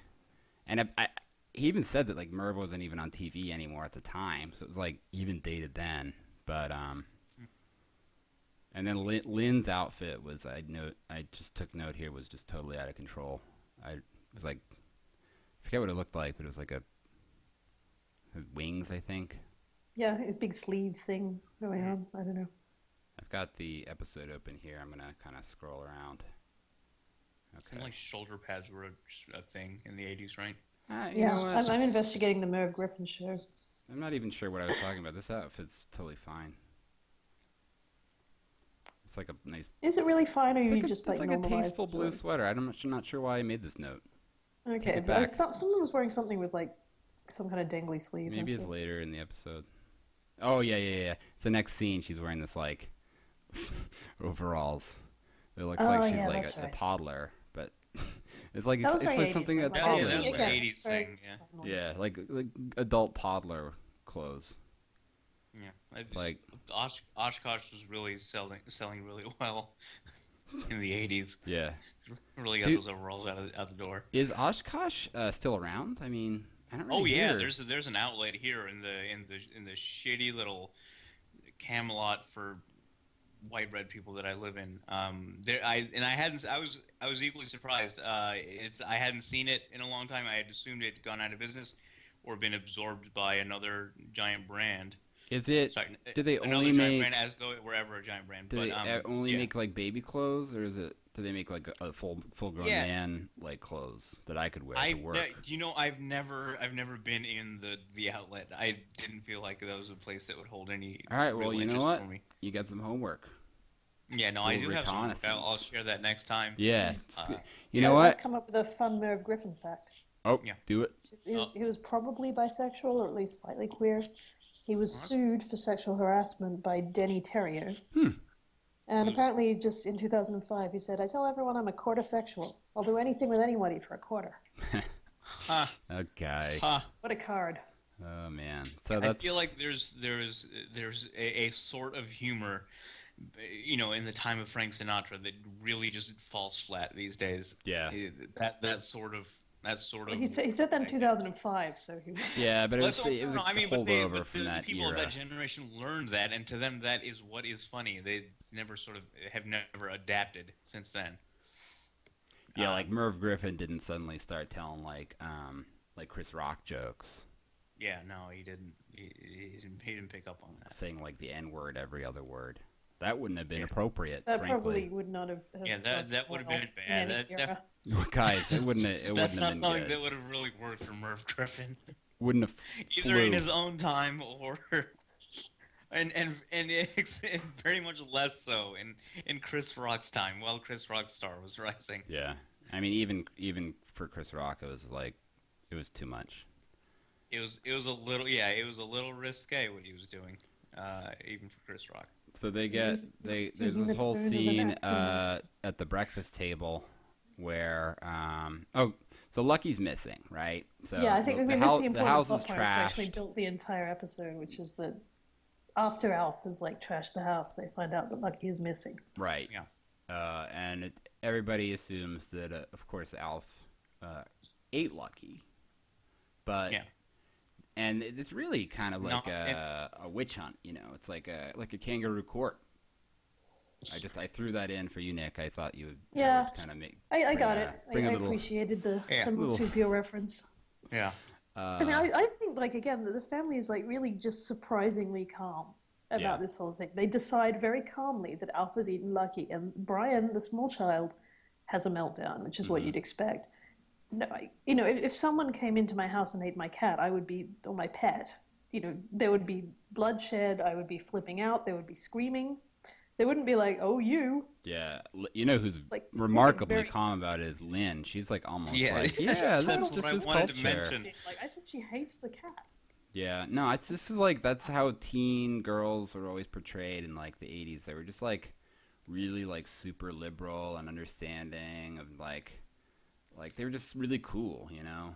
B: and I, I he even said that like Merv wasn't even on TV anymore at the time, so it was like even dated then. But um, and then Lin, Lynn's outfit was I note I just took note here was just totally out of control. I it was like, I forget what it looked like, but it was like a wings I think.
D: Yeah, big sleeve things going on. I don't know.
B: I've got the episode open here. I'm gonna kind of scroll around.
E: And,
B: Okay.
E: like shoulder pads were a, a thing in the 80s, right?
B: Ah, you
D: Yeah,
B: know what?
D: I'm, I'm investigating the Merv Griffin show.
B: I'm not even sure what I was talking about. This outfit's totally fine. It's like a nice.
D: Is it really fine, or
B: It's
D: you
B: like, a,
D: just
B: it's
D: like
B: like a
D: normalized
B: tasteful
D: it?
B: blue sweater. I'm not, su- not sure why I made this note.
D: Okay,
B: it
D: but I
B: back.
D: thought someone was wearing something with like some kind of dangly sleeve.
B: Maybe it's
D: okay.
B: later in the episode. Oh yeah, yeah, yeah. It's the next scene. She's wearing this like overalls. It looks
D: Oh,
B: like she's
D: yeah,
B: like
D: that's
B: a, a
D: right.
B: toddler, but it's like
D: That
B: it's, it's
D: was very
B: like
D: 80s,
B: something a
D: like-
E: Yeah, yeah,
B: toddler
E: that was
B: would
E: an
B: wear.
D: Okay.
E: 80s
D: Sorry.
E: thing. Yeah.
B: Yeah, like like adult toddler clothes.
E: Yeah, I just,
B: Like-
E: Osh, Oshkosh was really selling selling really well in the '80s.
B: Yeah.
E: Really got
B: Dude.
E: those overalls out of the, out the door.
B: Is Oshkosh uh, still around? I mean, I don't really
E: Oh yeah,
B: hear-
E: there's there's an outlet here in the in the in the shitty little Camelot for white red people that I live in. Um, there I and I hadn't I was I was equally surprised. Uh, it's I hadn't seen it in a long time. I had assumed it had gone out of business or been absorbed by another giant brand.
B: Is it?
E: Sorry,
B: do they
E: another
B: only
E: giant
B: make?
E: brand as though it were ever a giant brand?
B: Do
E: but,
B: they
E: um,
B: uh, only
E: yeah.
B: make like baby clothes, or is it? Do they make like a, a full full grown
E: Yeah.
B: man like clothes that I could wear
E: I've
B: to work?
E: ne- you know I've never I've never been in the the outlet. I didn't feel like that was a place that would hold any.
B: All right, well
E: real
B: you know
E: interest
B: what?
E: For me.
B: You got some homework.
E: Yeah, no,
B: Do
E: I
B: a
E: do have some. work. I'll, I'll
B: reconnaissance.
E: share that next time.
B: Yeah. just-
E: Uh,
B: you know
D: I- I've
B: what?
D: come up with a fun Merv Griffin fact.
B: Oh,
E: Yeah.
B: do it.
D: He was,
E: Oh.
D: he was probably bisexual or at least slightly queer. He was
E: that's-
D: sued for sexual harassment by Denny Terrio.
E: Hmm.
D: And
E: Who's-
D: apparently, just in 2005, he said, I tell everyone I'm a quarter sexual. I'll do anything with anybody for a quarter.
E: Huh,
B: Okay.
E: huh.
D: What a card.
B: Oh man. So
E: I
B: that's
E: feel like there's there's there's a, a sort of humor, you know, in the time of Frank Sinatra that really just falls flat these days.
B: Yeah.
E: It- That that sort of that sort of.
D: He said, he said that in 2005, so he was.
B: yeah, but it was,
E: Let's-
B: it was
E: no,
B: a
E: I mean, but they,
B: holdover
E: but
B: from
E: the
B: that
E: people
B: era.
E: of that generation learned that, and to them, that is what is funny. They never sort of have never adapted since then.
B: yeah,
E: uh,
B: like Merv Griffin didn't suddenly start telling like um like Chris Rock jokes,
E: Yeah, no, he didn't. He, he didn't. He didn't pick up on that.
B: saying like the N word every other word. That wouldn't have been
E: Yeah.
B: appropriate,
D: That probably
B: frankly.
D: would not have. have
E: Yeah, that-
D: gone
E: that would have
D: well
E: been
D: in
E: bad.
D: any
E: That
D: era.
E: def-
B: Guys, it wouldn't. Have, it
E: That's
B: wouldn't
E: not
B: have been
E: something
B: good.
E: that would have really worked for Merv Griffin,
B: wouldn't have
E: either
B: flew.
E: in his own time or, and and and, it's- and very much less so in in Chris Rock's time, while Chris Rock's star was rising.
B: yeah, I mean, even even for Chris Rock, it was like it was too much.
E: It was it was a little yeah, it was a little risque what he was doing, uh, even for Chris Rock.
B: So they get they
D: So
B: there's
D: you
B: this
D: would
B: whole
D: spoon in the
B: scene
D: bathroom.
B: uh, at the breakfast table where um oh so Lucky's missing right so
D: yeah, I think
B: the,
D: we
B: the,
D: missed
B: hou-
D: the
B: the
D: important
B: house
D: plot
B: is
D: point which actually
B: trashed
D: built the entire episode, which is that after Alf has like trashed the house, they find out that Lucky is missing.
B: right
E: Yeah.
B: uh, and it, everybody assumes that uh, of course Alf uh, ate Lucky but
E: Yeah.
B: and it- it's really kind of like
E: not-
B: a, a witch hunt you know it's like a like a kangaroo court. I just I threw that in for you, Nick. I thought you would,
D: Yeah.
B: kind of make.
D: I, I
B: bring
D: got
B: a-
D: it. I,
B: bring a
D: I
B: little-
D: appreciated the,
E: Yeah.
D: the
B: Little-
D: marsupial reference.
E: Yeah.
B: Uh,
D: I mean, I, I think like again that the family is like really just surprisingly calm about
B: Yeah.
D: this whole thing. They decide very calmly that Alf has eaten Lucky, and Brian, the small child, has a meltdown, which is what
B: Mm-hmm.
D: you'd expect. No, I, you know, if, if someone came into my house and ate my cat, I would be or my pet. You know, there would be bloodshed. I would be flipping out. There would be screaming. They wouldn't be like, "Oh, you."
B: Yeah, L- you know who's
D: Like,
B: remarkably
D: very-
B: calm about it is Lynn. She's like almost
E: Yeah.
B: like, yeah,
E: That's
B: that's
E: what
B: just
E: I
B: his
E: wanted
B: culture.
E: to mention.
D: Like, I think she hates the cat.
B: Yeah, no, it's just like that's how teen girls were always portrayed in like the '80s. They were just like really like super liberal and understanding of like, like they were just really cool, you know.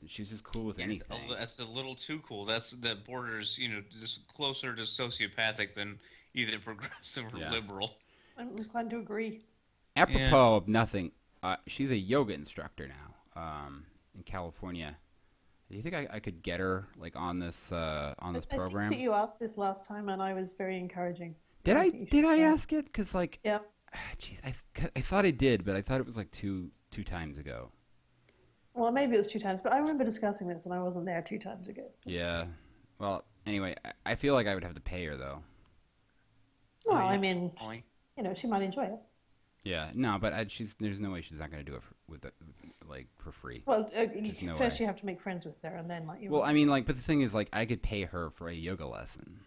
B: And She was just cool with
E: Yeah, it's a
B: anything.
E: li- That's a little too cool. That's that borders, you know, just closer to sociopathic than either progressive or
B: Yeah.
E: liberal.
D: I'm inclined to agree.
B: Apropos of nothing, uh, she's a yoga instructor now um, in California. Do you think I, I could get her like on this uh, on this
D: I-
B: program?
D: I think that you asked this last time, and I was very encouraging.
B: Did I
D: think you
B: did
D: should
B: I
D: try.
B: ask it? Because like,
D: Yeah.
B: ah, jeez, I th- I thought I did, but I thought it was like two two times ago.
D: Well, maybe it was two times, but I remember discussing this, and I wasn't there two times ago. So.
B: Yeah. Well, anyway, I, I feel like I would have to pay her though.
D: Well,
E: yeah.
D: I mean,
E: Only-
D: you know, she might enjoy it.
B: Yeah. No, but I, she's there's no way she's not going to do it for, with the, like for free. Well,
D: Well, uh, you,
B: There's no
D: first
B: way.
D: you have to make friends with her, and then like you.
B: I mean, like, but the thing is, like, I could pay her for a yoga lesson.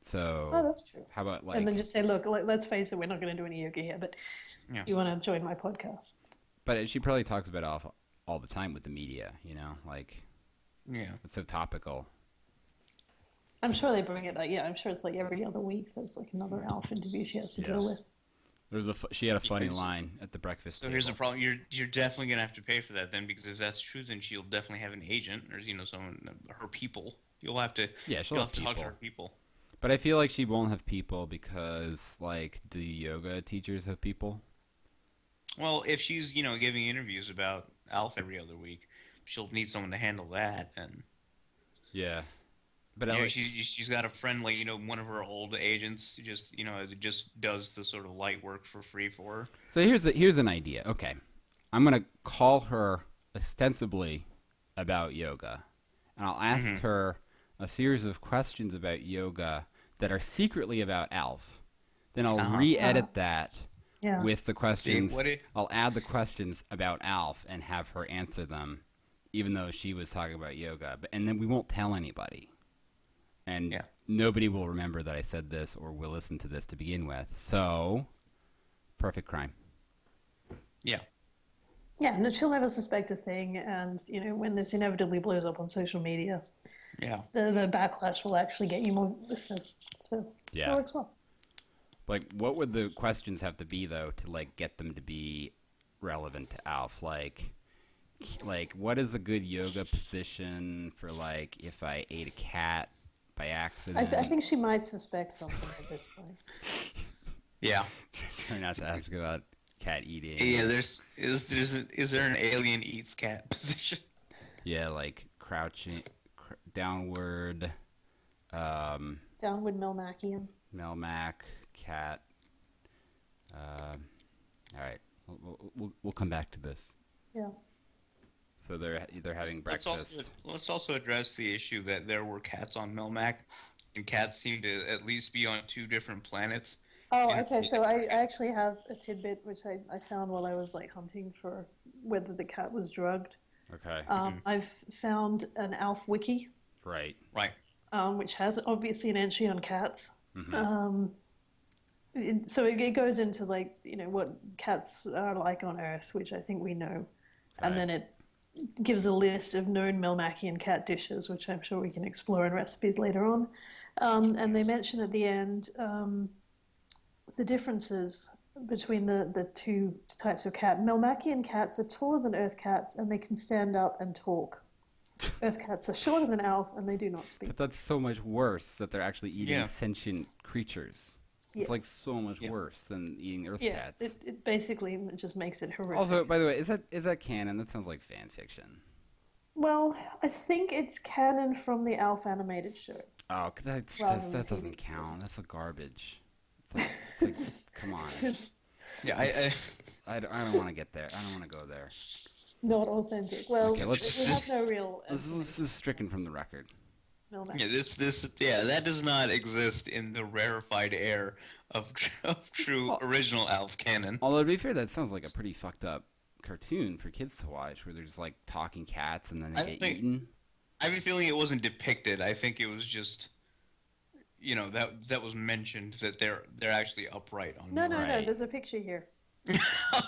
B: So
D: oh, that's true.
B: how about
D: and
B: like?
D: then just say, look, let, let's face it, we're not going to do any yoga here, but
E: Yeah.
D: do you want to join my podcast?
B: But she probably talks about it all, all the time with the media. You know, like
E: Yeah.
B: it's so topical.
D: I'm sure they bring it. Like, yeah, I'm sure it's like every other week. There's like another
B: Mm.
D: Alf interview she has to deal with.
B: There's a fu- she had a funny
E: Because-
B: line at the breakfast
E: So
B: table.
E: here's the problem: you're you're definitely gonna have to pay for that then, because if that's true, then she'll definitely have an agent or you know someone her people. You'll have to
B: Yeah, she'll
E: you'll
B: have
E: have to talk to
B: people.
E: her people.
B: But I feel like she won't have people because like do yoga teachers have people?
E: Well, if she's you know giving interviews about Alf every other week, she'll need someone to handle that, and
B: Yeah. But
E: you
B: I
E: know,
B: like,
E: she's she's got a friend like you know one of her old agents who just you know is- just does the sort of light work for free for her.
B: so here's a, here's an idea. Okay. I'm going to call her ostensibly about yoga. And I'll ask
E: Mm-hmm.
B: her a series of questions about yoga that are secretly about Alf. Then I'll
E: Uh-huh.
B: re-edit that
D: Yeah.
B: with the questions.
E: what i-
B: I'll add the questions about Alf and have her answer them, even though she was talking about yoga. But and then we won't tell anybody, and
E: Yeah.
B: nobody will remember that I said this or will listen to this to begin with. So, perfect crime.
E: Yeah,
D: yeah, and she'll never suspect a thing. And you know, when this inevitably blows up on social media,
E: yeah.
D: the, the backlash will actually get you more listeners. So
B: Yeah.
D: it works well.
B: Like, what would the questions have to be though to like get them to be relevant to Alf? Like. Like, what is a good yoga position for like if I ate a cat by
D: I,
B: accident?
D: th- I think she might suspect something at this point.
E: Yeah,
B: Try not to ask about cat eating.
E: yeah. There's is there's a, is there an alien eats cat position?
B: Yeah, like crouching cr- downward, um,
D: Downward Melmacian.
B: Melmac, cat. Um, all right, we'll- we'll, we'll, we'll come back to this.
D: Yeah.
B: So they're they're having
E: Let's
B: breakfast.
E: also, let's also address the issue that there were cats on Melmac, and cats seem to at least be on two different planets.
D: Oh,
E: Yeah.
D: okay. So I, I actually have a tidbit which I, I found while I was like hunting for whether the cat was drugged.
B: okay,
D: Um, I've found an Alf wiki,
B: right.
E: Right.
D: um, which has obviously an entry on cats. Um, it- so it, it goes into like you know what cats are like on Earth, which I think we know,
B: Right.
D: and then it gives a list of known Melmacian cat dishes, which I'm sure we can explore in recipes later on. Um, and they mention at the end um, the differences between the, the two types of cat. Melmacian cats are taller than Earth cats, and they can stand up and talk. Earth cats are shorter than Alf, and they do not speak.
B: But that's so much worse that they're actually eating
E: Yeah.
B: sentient creatures. It's
D: Yes.
B: like so much
E: Yeah.
B: worse than eating earth
D: Yeah,
B: cats.
D: it, it basically just makes it horrific.
B: also, by the way, is that is that canon? That sounds like fan fiction.
D: well, I think it's canon from the Alf animated show.
B: Oh, 'cause that's,
D: Rather
B: that's,
D: than
B: that doesn't
D: TV
B: count. That's a garbage. It's like, it's like, come on.
E: Yeah. I, I,
B: I, d- I don't want to get there. I don't want to go there.
D: Not authentic. Well,
B: Okay, let's-
D: we have no real uh,
B: This is, this is stricken from the record.
D: Melmac.
E: yeah. This this yeah. That does not exist in the rarefied air of tr- of true original Alf canon.
B: Although to be fair, that sounds like a pretty fucked up cartoon for kids to watch, where there's like talking cats and then they
E: I
B: get
E: think-
B: eaten.
E: I have a feeling it wasn't depicted. I think it was just. You know that that was mentioned that they're they're actually upright on.
D: No, no,
B: Right.
D: no. There's a picture here.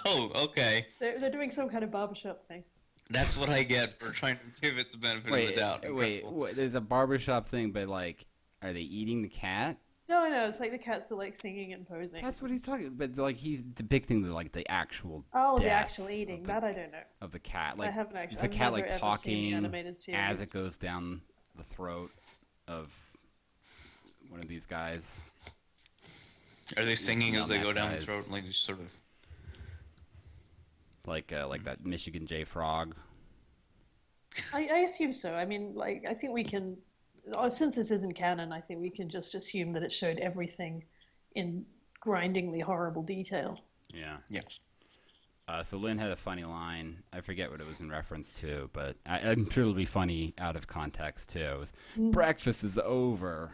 E: Oh, okay.
D: They're, they're doing some kind of barbershop thing.
E: That's what I get for trying to give it the benefit of
B: Wait,
E: the doubt.
B: wait,
E: Incredible.
B: wait. There's a barbershop thing, but like, are they eating the cat?
D: No, no. It's like the cats are like singing and posing.
B: That's what he's talking. But like, he's depicting the like the actual
D: oh, the
B: death
D: actual eating.
B: of the-
D: That I don't know.
B: of the cat. Like,
D: haven't act-
B: is the
D: I've
B: cat
D: never
B: like
D: ever seen
B: talking
D: the animated
B: as
D: series.
B: it goes down the throat of one of these guys?
E: Are they singing as they go down the
B: Guys.
E: throat, like just sort of?
B: Like, uh, like that Michigan J Frog.
D: I, I assume so. I mean, like, I think we can, oh, since this isn't canon, I think we can just assume that it showed everything in grindingly horrible detail.
B: Yeah.
E: Yeah.
B: Uh, so Lynn had a funny line. I forget what it was in reference to, but I, I'm sure it'll be funny out of context too. It was,
D: Mm.
B: Breakfast is over.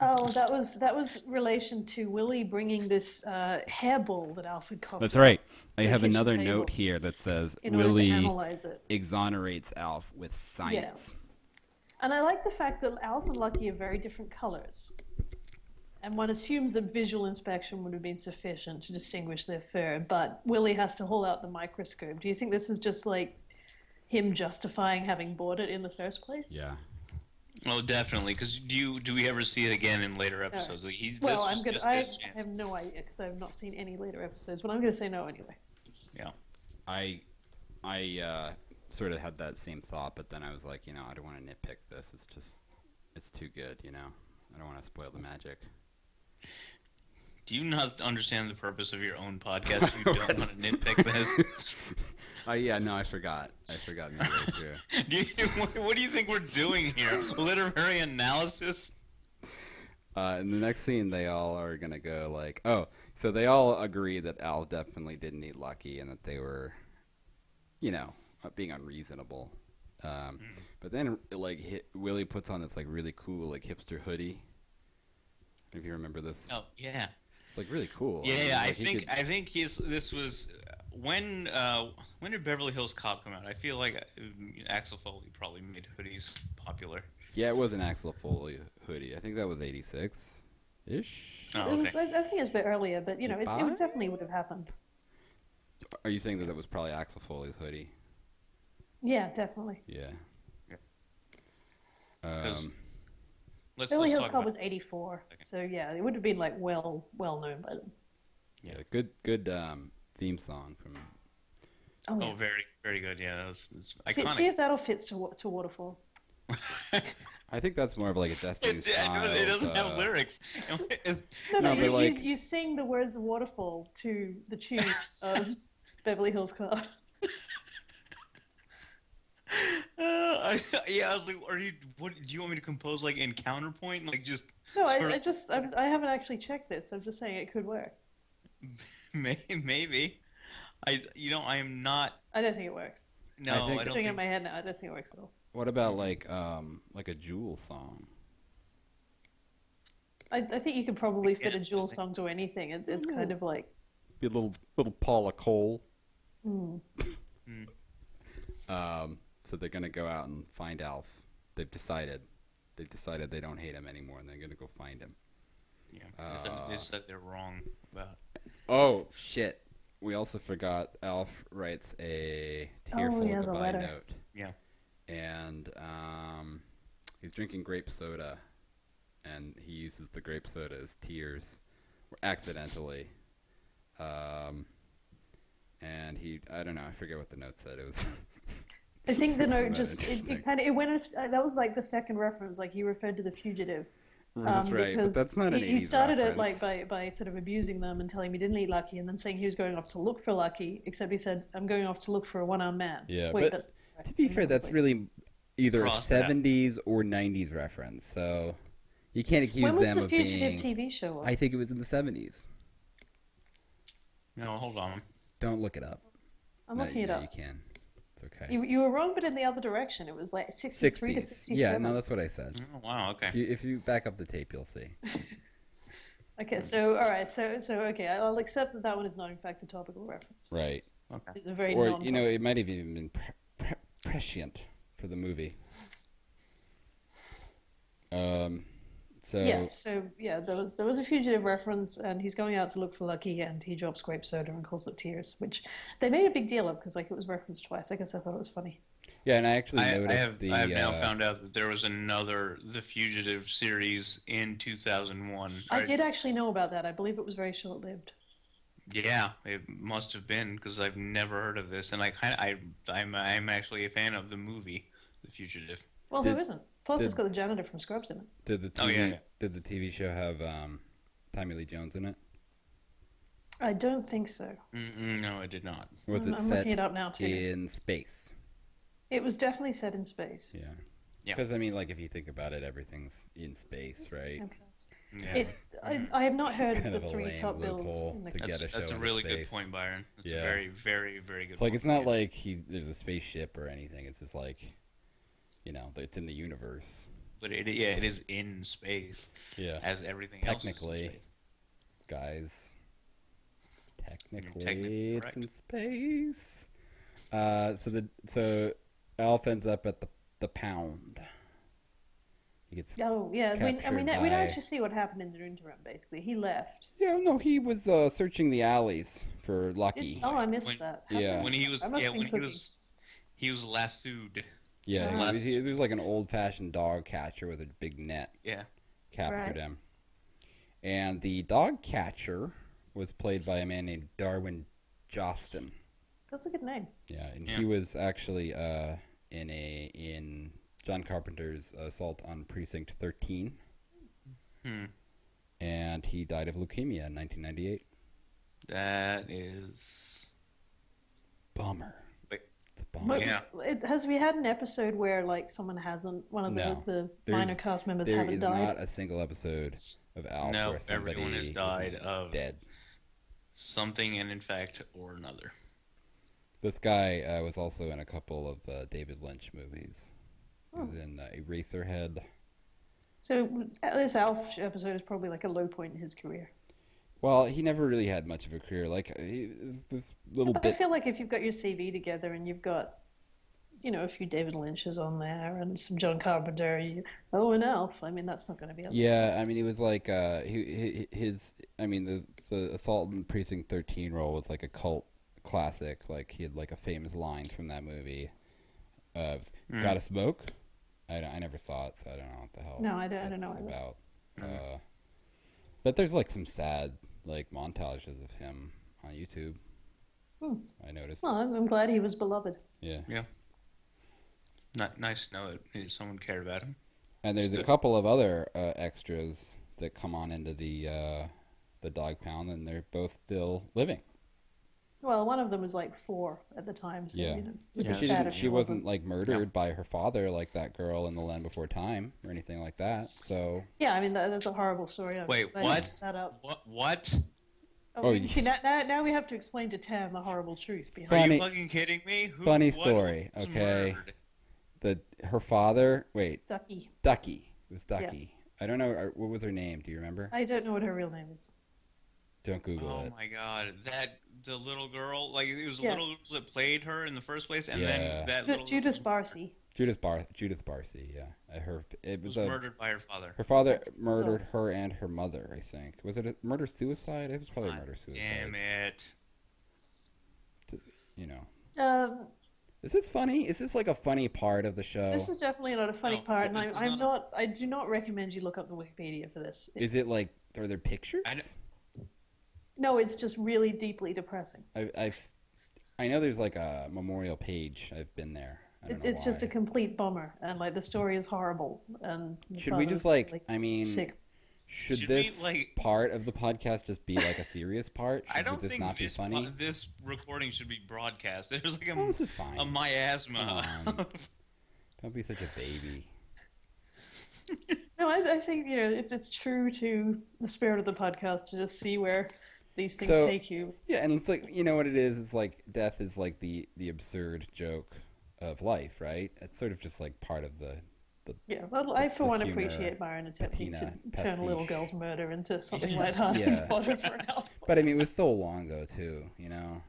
D: Oh, that was that was relation to Willie bringing this uh, hairball that Alfred coughed
B: That's
D: up
B: right. I
D: the
B: have
D: kitchen
B: another
D: table.
B: note here that says
D: in order to
B: Willie
D: analyze it.
B: exonerates Alf with science.
D: And I like the fact that Alf and Lucky are very different colors. And one assumes that visual inspection would have been sufficient to distinguish their fur, but Willie has to haul out the microscope. Do you think this is just like him justifying having bought it in the first place?
B: Yeah.
E: Oh, definitely. Because do you do we ever see it again in later episodes? Like, he,
D: Uh,
E: this
D: Well, I'm
E: was
D: gonna.
E: just
D: I
E: his chance.
D: have no idea because I've not seen any later episodes, but I'm gonna say no anyway.
E: yeah.
B: I I uh, sort of had that same thought, but then I was like, you know, I don't want to nitpick this. It's just it's too good, you know. I don't want to spoil the magic.
E: Do you not understand the purpose of your own podcast? if You don't want
B: What's-
E: to nitpick this.
B: Oh yeah, no, I forgot. I forgot midway through.
E: Do you- what, what do you think we're doing here? Literary analysis?
B: Uh, in the next scene, they all are gonna go like, oh, so they all agree that Al definitely didn't eat Lucky and that they were, you know, uh, being unreasonable. Um,
E: Hmm.
B: But then, like, hi Willie puts on this like really cool like hipster hoodie. If you remember this,
E: Oh yeah,
B: it's like really cool.
E: yeah.
B: mean,
E: yeah, I
B: like, he
E: think
B: could-
E: I think he's. This was when uh, when did Beverly Hills Cop come out? I feel like uh, Axel Foley probably made hoodies popular.
B: yeah, it was an Axel Foley hoodie. I think that was '86 ish.
E: Oh,
D: It
E: okay.
D: was, I, I think it was a bit earlier, but you know, it, it
B: Goodbye?
D: would definitely would have happened.
B: Are you saying that it was probably Axel Foley's hoodie?
D: Yeah, definitely.
B: Yeah.
E: Yeah. 'Cause-
B: Um,
E: Let's,
D: Beverly
E: let's
D: Hills
E: talk
D: Cop
E: about-
D: was '84, so yeah, it would have been like well, well known oh, by them.
B: yeah. Good. Good um, theme song from
D: Oh, yeah.
E: Oh, very, very good. Yeah, that was it's
D: see,
E: iconic.
D: see if that all fits to wa- to Waterfall.
B: I think that's more of like a Destiny's
E: It's- it doesn't- it
B: Child,
E: doesn't
B: uh,
E: have lyrics. It's-
D: No,
B: No,
D: no,
B: but
D: you,
B: like-
D: you, you sing the words "waterfall" to the tune of Beverly Hills Cop.
E: uh, I, yeah, I was like, are you? What do you want me to compose like in counterpoint? Like just
D: No,
E: Sort
D: I,
E: of-
D: I just I'm, I haven't actually checked this. I'm just saying it could work.
E: may, maybe. I you know I am not.
D: I don't think it works.
E: No,
B: I
E: I,
B: think-
E: don't
D: Doing it in
E: think.
D: my head now, I don't think it works at all.
B: What about like um like a Jewel song?
D: I, I think you could probably fit
E: Yeah,
D: a Jewel
E: I think-
D: song to anything. It, it's kind of like
B: Be a little little Paula Cole.
E: Hmm.
D: mm,
B: Um, so they're gonna go out and find Alf. They've decided. They've decided they don't hate him anymore, and they're gonna go find him.
E: Yeah, they said- they said they're wrong about.
B: Oh shit! We also forgot Alf writes a tearful
D: yeah, the
B: goodbye
D: letter.
B: note,
E: Yeah,
B: and um, he's drinking grape soda, and he uses the grape soda as tears, accidentally. Um, and he, I don't know, I forget what the note said. It was.
D: I think the
B: Isn't
D: note
B: that
D: just it,
B: interesting?
D: it kind of it went. as- uh, That was like the second reference. Like you referred to the fugitive.
B: Oh, that's
D: um,
B: right, but
D: because
B: that's not an
D: he,
B: 80s
D: He started
B: reference.
D: it like by, by sort of abusing them and telling him he didn't eat Lucky, and then saying he was going off to look for Lucky. Except he said, "I'm going off to look for a one-armed man."
B: Yeah,
D: Wait,
B: but
D: that's,
B: To be fair, that's really either a
E: Cross that.
B: 70s or 90s reference, so you can't accuse
D: when was
B: them
D: the
B: of
D: fugitive
B: being.
D: TV show? on?
B: I think it was in the 70s.
E: no, hold on.
B: Don't look it up.
D: I'm
B: No,
D: looking it
B: no,
D: up.
B: You can. It's okay.
D: You, you were wrong, but in the other direction. It was like 63 to
B: 60s.
D: 67.
B: Yeah, no, that's what I said.
E: Oh, wow.
B: If
E: Okay.
B: you, if you back up the tape, you'll see.
D: Okay, so, all right, so, so okay, I- I'll accept that that one is not, in fact, a topical reference.
B: Right.
D: It's a very
B: Or,
D: non
B: you know, it might have even been pre- pre- prescient for the movie. Um, so.
D: Yeah, so, yeah, there was, there was a fugitive reference, and he's going out to look for Lucky, and he drops grape soda and calls it tears, which they made a big deal of because, like, it was referenced twice. I guess I thought it was funny.
B: Yeah, and I actually
E: I, I
B: noticed
E: have,
B: the.
E: I have now
B: uh,
E: found out that there was another The Fugitive series in 2001.
D: I
E: Or-
D: did actually know about that. I believe it was very short lived.
E: Yeah, it must have been because I've never heard of this, and I kind of I I'm I'm actually a fan of the movie The Fugitive.
D: Well,
B: Did-
D: who isn't? Plus, it's
B: did-
D: got the janitor from Scrubs in it.
B: Did the TV
E: Oh, yeah, yeah.
B: did the TV show have um, Tommy Lee Jones in it?
D: I don't think so.
E: Mm-mm, no, I did not.
B: Was
D: I'm,
B: it
D: I'm
B: set
D: looking it up now, too.
B: in space?
D: It was definitely set in space.
B: Yeah.
E: Yeah.
B: Because I mean, like if you think about it, everything's in space, right?
D: Okay.
E: Yeah.
D: It, I, I have not heard
B: Kind
D: the
B: of a
D: three
B: lame
D: top
B: loophole
D: bills. In the
B: to
D: country.
E: that's,
B: get a
E: that's
B: show
E: a
B: in
E: really good
B: space.
E: point, Byron. That's
B: Yeah.
E: a very, very, very good.
B: It's like
E: point.
B: it's not
E: Yeah.
B: like he there's a spaceship or anything. It's just like, you know, it's in the universe.
E: but it, yeah, it is in space
B: Yeah.
E: as everything
B: Technically.
E: else. is in space.
B: guys. Technically,
E: technically
B: it's in space. Uh, so the so Alf ends up at the the pound. He gets
D: Oh yeah, we, and we,
B: Captured
D: know, we don't
B: by-
D: actually see what happened in the interim. Basically, he left.
B: Yeah, no, he was uh, searching the alleys for
D: Did-
B: Lucky.
D: oh, I missed
E: When-
D: that. How
B: Yeah.
D: did-
E: When he was
D: I must
E: yeah,
D: have
E: when
D: been
E: he was he was lassoed
B: Yeah, he
E: Wow.
B: was, he, he was like an old-fashioned dog catcher with a big net
E: Yeah.
B: captured
D: Right.
B: him. And the dog catcher was played by a man named Darwin Jostin.
D: That's a good name.
B: Yeah, and
E: Yeah.
B: he was actually uh, in a in John Carpenter's Assault on Precinct 13.
E: Hmm.
B: And he died of leukemia in 1998.
E: That is.
B: Bummer.
E: Wait.
B: It's a bummer.
D: But
E: Yeah.
D: it, has we had an episode where like someone hasn't one of the,
B: No.
D: the
B: There's-
D: minor cast members
B: There
D: haven't
B: is
D: died?
B: not a single episode of Alf
E: No,
B: where somebody
E: everyone has
B: is
E: died of-
B: dead.
E: Something and in fact or another.
B: This guy uh, was also in a couple of uh, David Lynch movies. He was in uh, Eraserhead.
D: So this Alf episode is probably like a low point in his career.
B: Well, he never really had much of a career. Like he, this, this little
D: But I
B: bit.
D: feel like if you've got your CV together and you've got, you know, a few David Lynch's on there and some John Carpenter, you, oh, and Alf. I mean, that's not going to be. a-
B: Yeah, I mean, it was like uh, he, hi- his. I mean, the the Assault in Precinct Thirteen role was like a cult classic. Like he had like a famous line from that movie. Uh, it was, Gotta smoke. I, don't- I never saw it, so I don't know what the hell.
D: No, I don't- I don't
B: that's
D: know either.
B: about. Uh, but there's like some sad like montages of him on YouTube.
D: Hmm.
B: I noticed.
D: Well, Oh, I'm, I'm glad he was beloved.
B: Yeah.
E: Yeah. Not nice to know that someone cared about him.
B: And there's a couple of other uh, extras that come on into the uh, the dog pound, and they're both still living.
D: Well, one of them was like four at the time, so
B: Yeah.
D: you know, it'd be
B: She,
D: sad
B: didn't,
D: if
B: she
D: it
B: wasn't like murdered by her father like that girl in The Land Before Time or anything like that. So
D: Yeah, I mean that, that's a horrible story. I'm
E: Wait,
D: glad you
E: what?
D: brought That up.
E: What? What?
D: Oh,
B: Oh,
D: you
B: yeah.
D: see, now, now, now we have to explain to Tam the horrible truth behind.
E: Are
B: Funny-
E: you fucking kidding me? Who,
B: funny
E: what
B: story,
E: was
B: okay.
E: murdered?
B: the her father, wait,
D: Ducky.
B: Ducky it was Ducky. I don't know uh, what was her name. Do you remember?
D: I don't know what her real name is.
B: Don't Google
E: Oh
B: it.
E: my god, that the little girl, like it was a
D: Yeah.
E: little girl that played her in the first place, and
B: Yeah.
E: then that
D: Ju-
E: little
D: Judith
E: girl
D: Barcy.
B: Judith Bar Judith Barcy. Yeah, Uh, her it was,
E: was
B: a
E: murdered by her father.
B: her father murdered her and her mother. I think was it a murder suicide? It was probably
E: God
B: murder suicide.
E: Damn it!
B: You know,
D: Um,
B: Is this funny? Is this like a funny part of the show?
D: This is definitely not a funny
E: No,
D: part, and
E: this
D: I'm,
E: Oh, is
D: I'm
E: not
D: not. I do not recommend you look up the Wikipedia for this. It-
B: Is it like are there pictures?
E: I
D: no, it's just really deeply depressing.
B: I, I've I know there's like a memorial page. I've been there. I don't
D: It's,
B: know
D: it's just a
B: why.
D: complete bummer, and like the story is horrible. And the
B: Should we
D: father's,
B: just like? I mean,
D: sick?
B: should,
E: Should we,
B: this
E: like-
B: part of the podcast just be like a serious part? Should
E: I don't
B: this
E: think
B: not
E: this
B: be funny?
E: po- this recording should be broadcast. There's like a,
B: Oh, this is fine.
E: a miasma.
B: Come on. Um, don't be such a baby.
D: No, I, I think you know it's it's true to the spirit of the podcast to just see where these things
B: So-
D: take you.
B: Yeah, and it's like you know what it is. It's like death is like the the absurd joke of life, right? It's sort of just like part of the the
D: Yeah, well, I for
B: the
D: one
B: humor,
D: appreciate Byron attempting to
B: patina,
D: turn a little
B: pastiche.
D: girl's murder into something lighthearted
B: Yeah.
D: and fodder for an hour.
B: But I mean, it was so long ago, too. You know.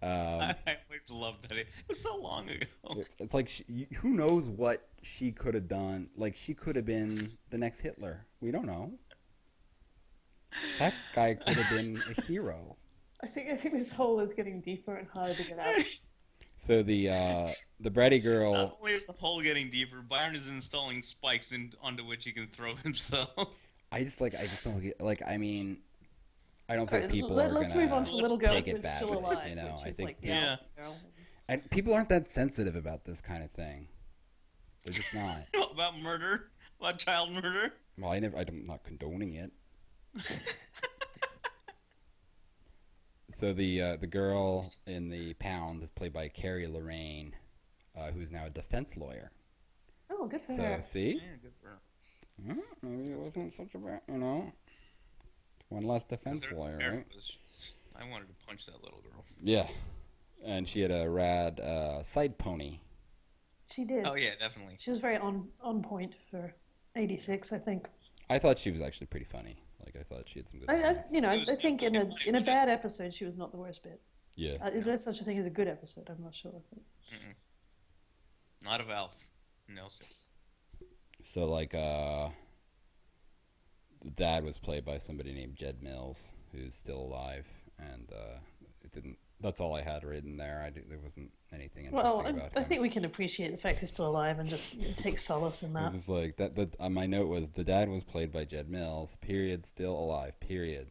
B: um,
E: I always loved that. It was so long ago.
B: it's, it's like she, you- who knows what she could have done. Like she could have been the next Hitler. We don't know. That guy could have been a hero.
D: I think I think this hole is getting deeper and harder to get out.
B: So the uh, the bratty
E: Not
B: girl.
E: only is the hole getting deeper, Byron is installing spikes in, onto which he can throw himself.
B: I just like I just don't get, like. I mean, I don't
D: All
B: think
D: right,
B: people
D: let,
B: are
D: us
B: gonna
D: move on to
E: let's
D: little girl
B: take it
D: who's still
B: badly,
D: alive.
B: you know,
D: which
B: I
D: is
B: think-
D: like the
E: Yeah.
D: alpha girl.
B: And people aren't that sensitive about this kind of thing. They're just not.
E: about murder, about child murder.
B: Well, I never. I'm not condoning it. so the uh, the girl in the pound is played by Carrie Lorraine, uh, who's now a defense lawyer.
D: Oh, good for
B: So
D: her.
B: see,
E: good for him.
B: Hmm, maybe it wasn't such a bad, you know. One less defense
E: Their
B: lawyer,
E: hair
B: right?
E: was just- I wanted to punch that little girl.
B: Yeah, and she had a rad uh, side pony.
D: She did.
E: Oh yeah, definitely.
D: She was very on on point for '86, I think.
B: I thought she was actually pretty funny. Like I thought she had some good.
D: I, I,
B: lines.
D: you know, I,
E: It was-
D: I think in a in a bad episode, she was not the worst bit.
B: yeah.
D: Uh, is there such a thing as a good episode? I'm not sure.
E: Not of Alf. Nelson.
B: So like uh the dad was played by somebody named Jed Mills, who's still alive and uh it's didn't. That's all I had written there. I d- there wasn't anything interesting
D: Well,
B: about
D: I, I
B: him.
D: think we can appreciate the fact he's still alive and just take solace in
B: It was
D: that.
B: just like that. The, uh, my note was the dad was played by Jed Mills. Period. Still alive. Period.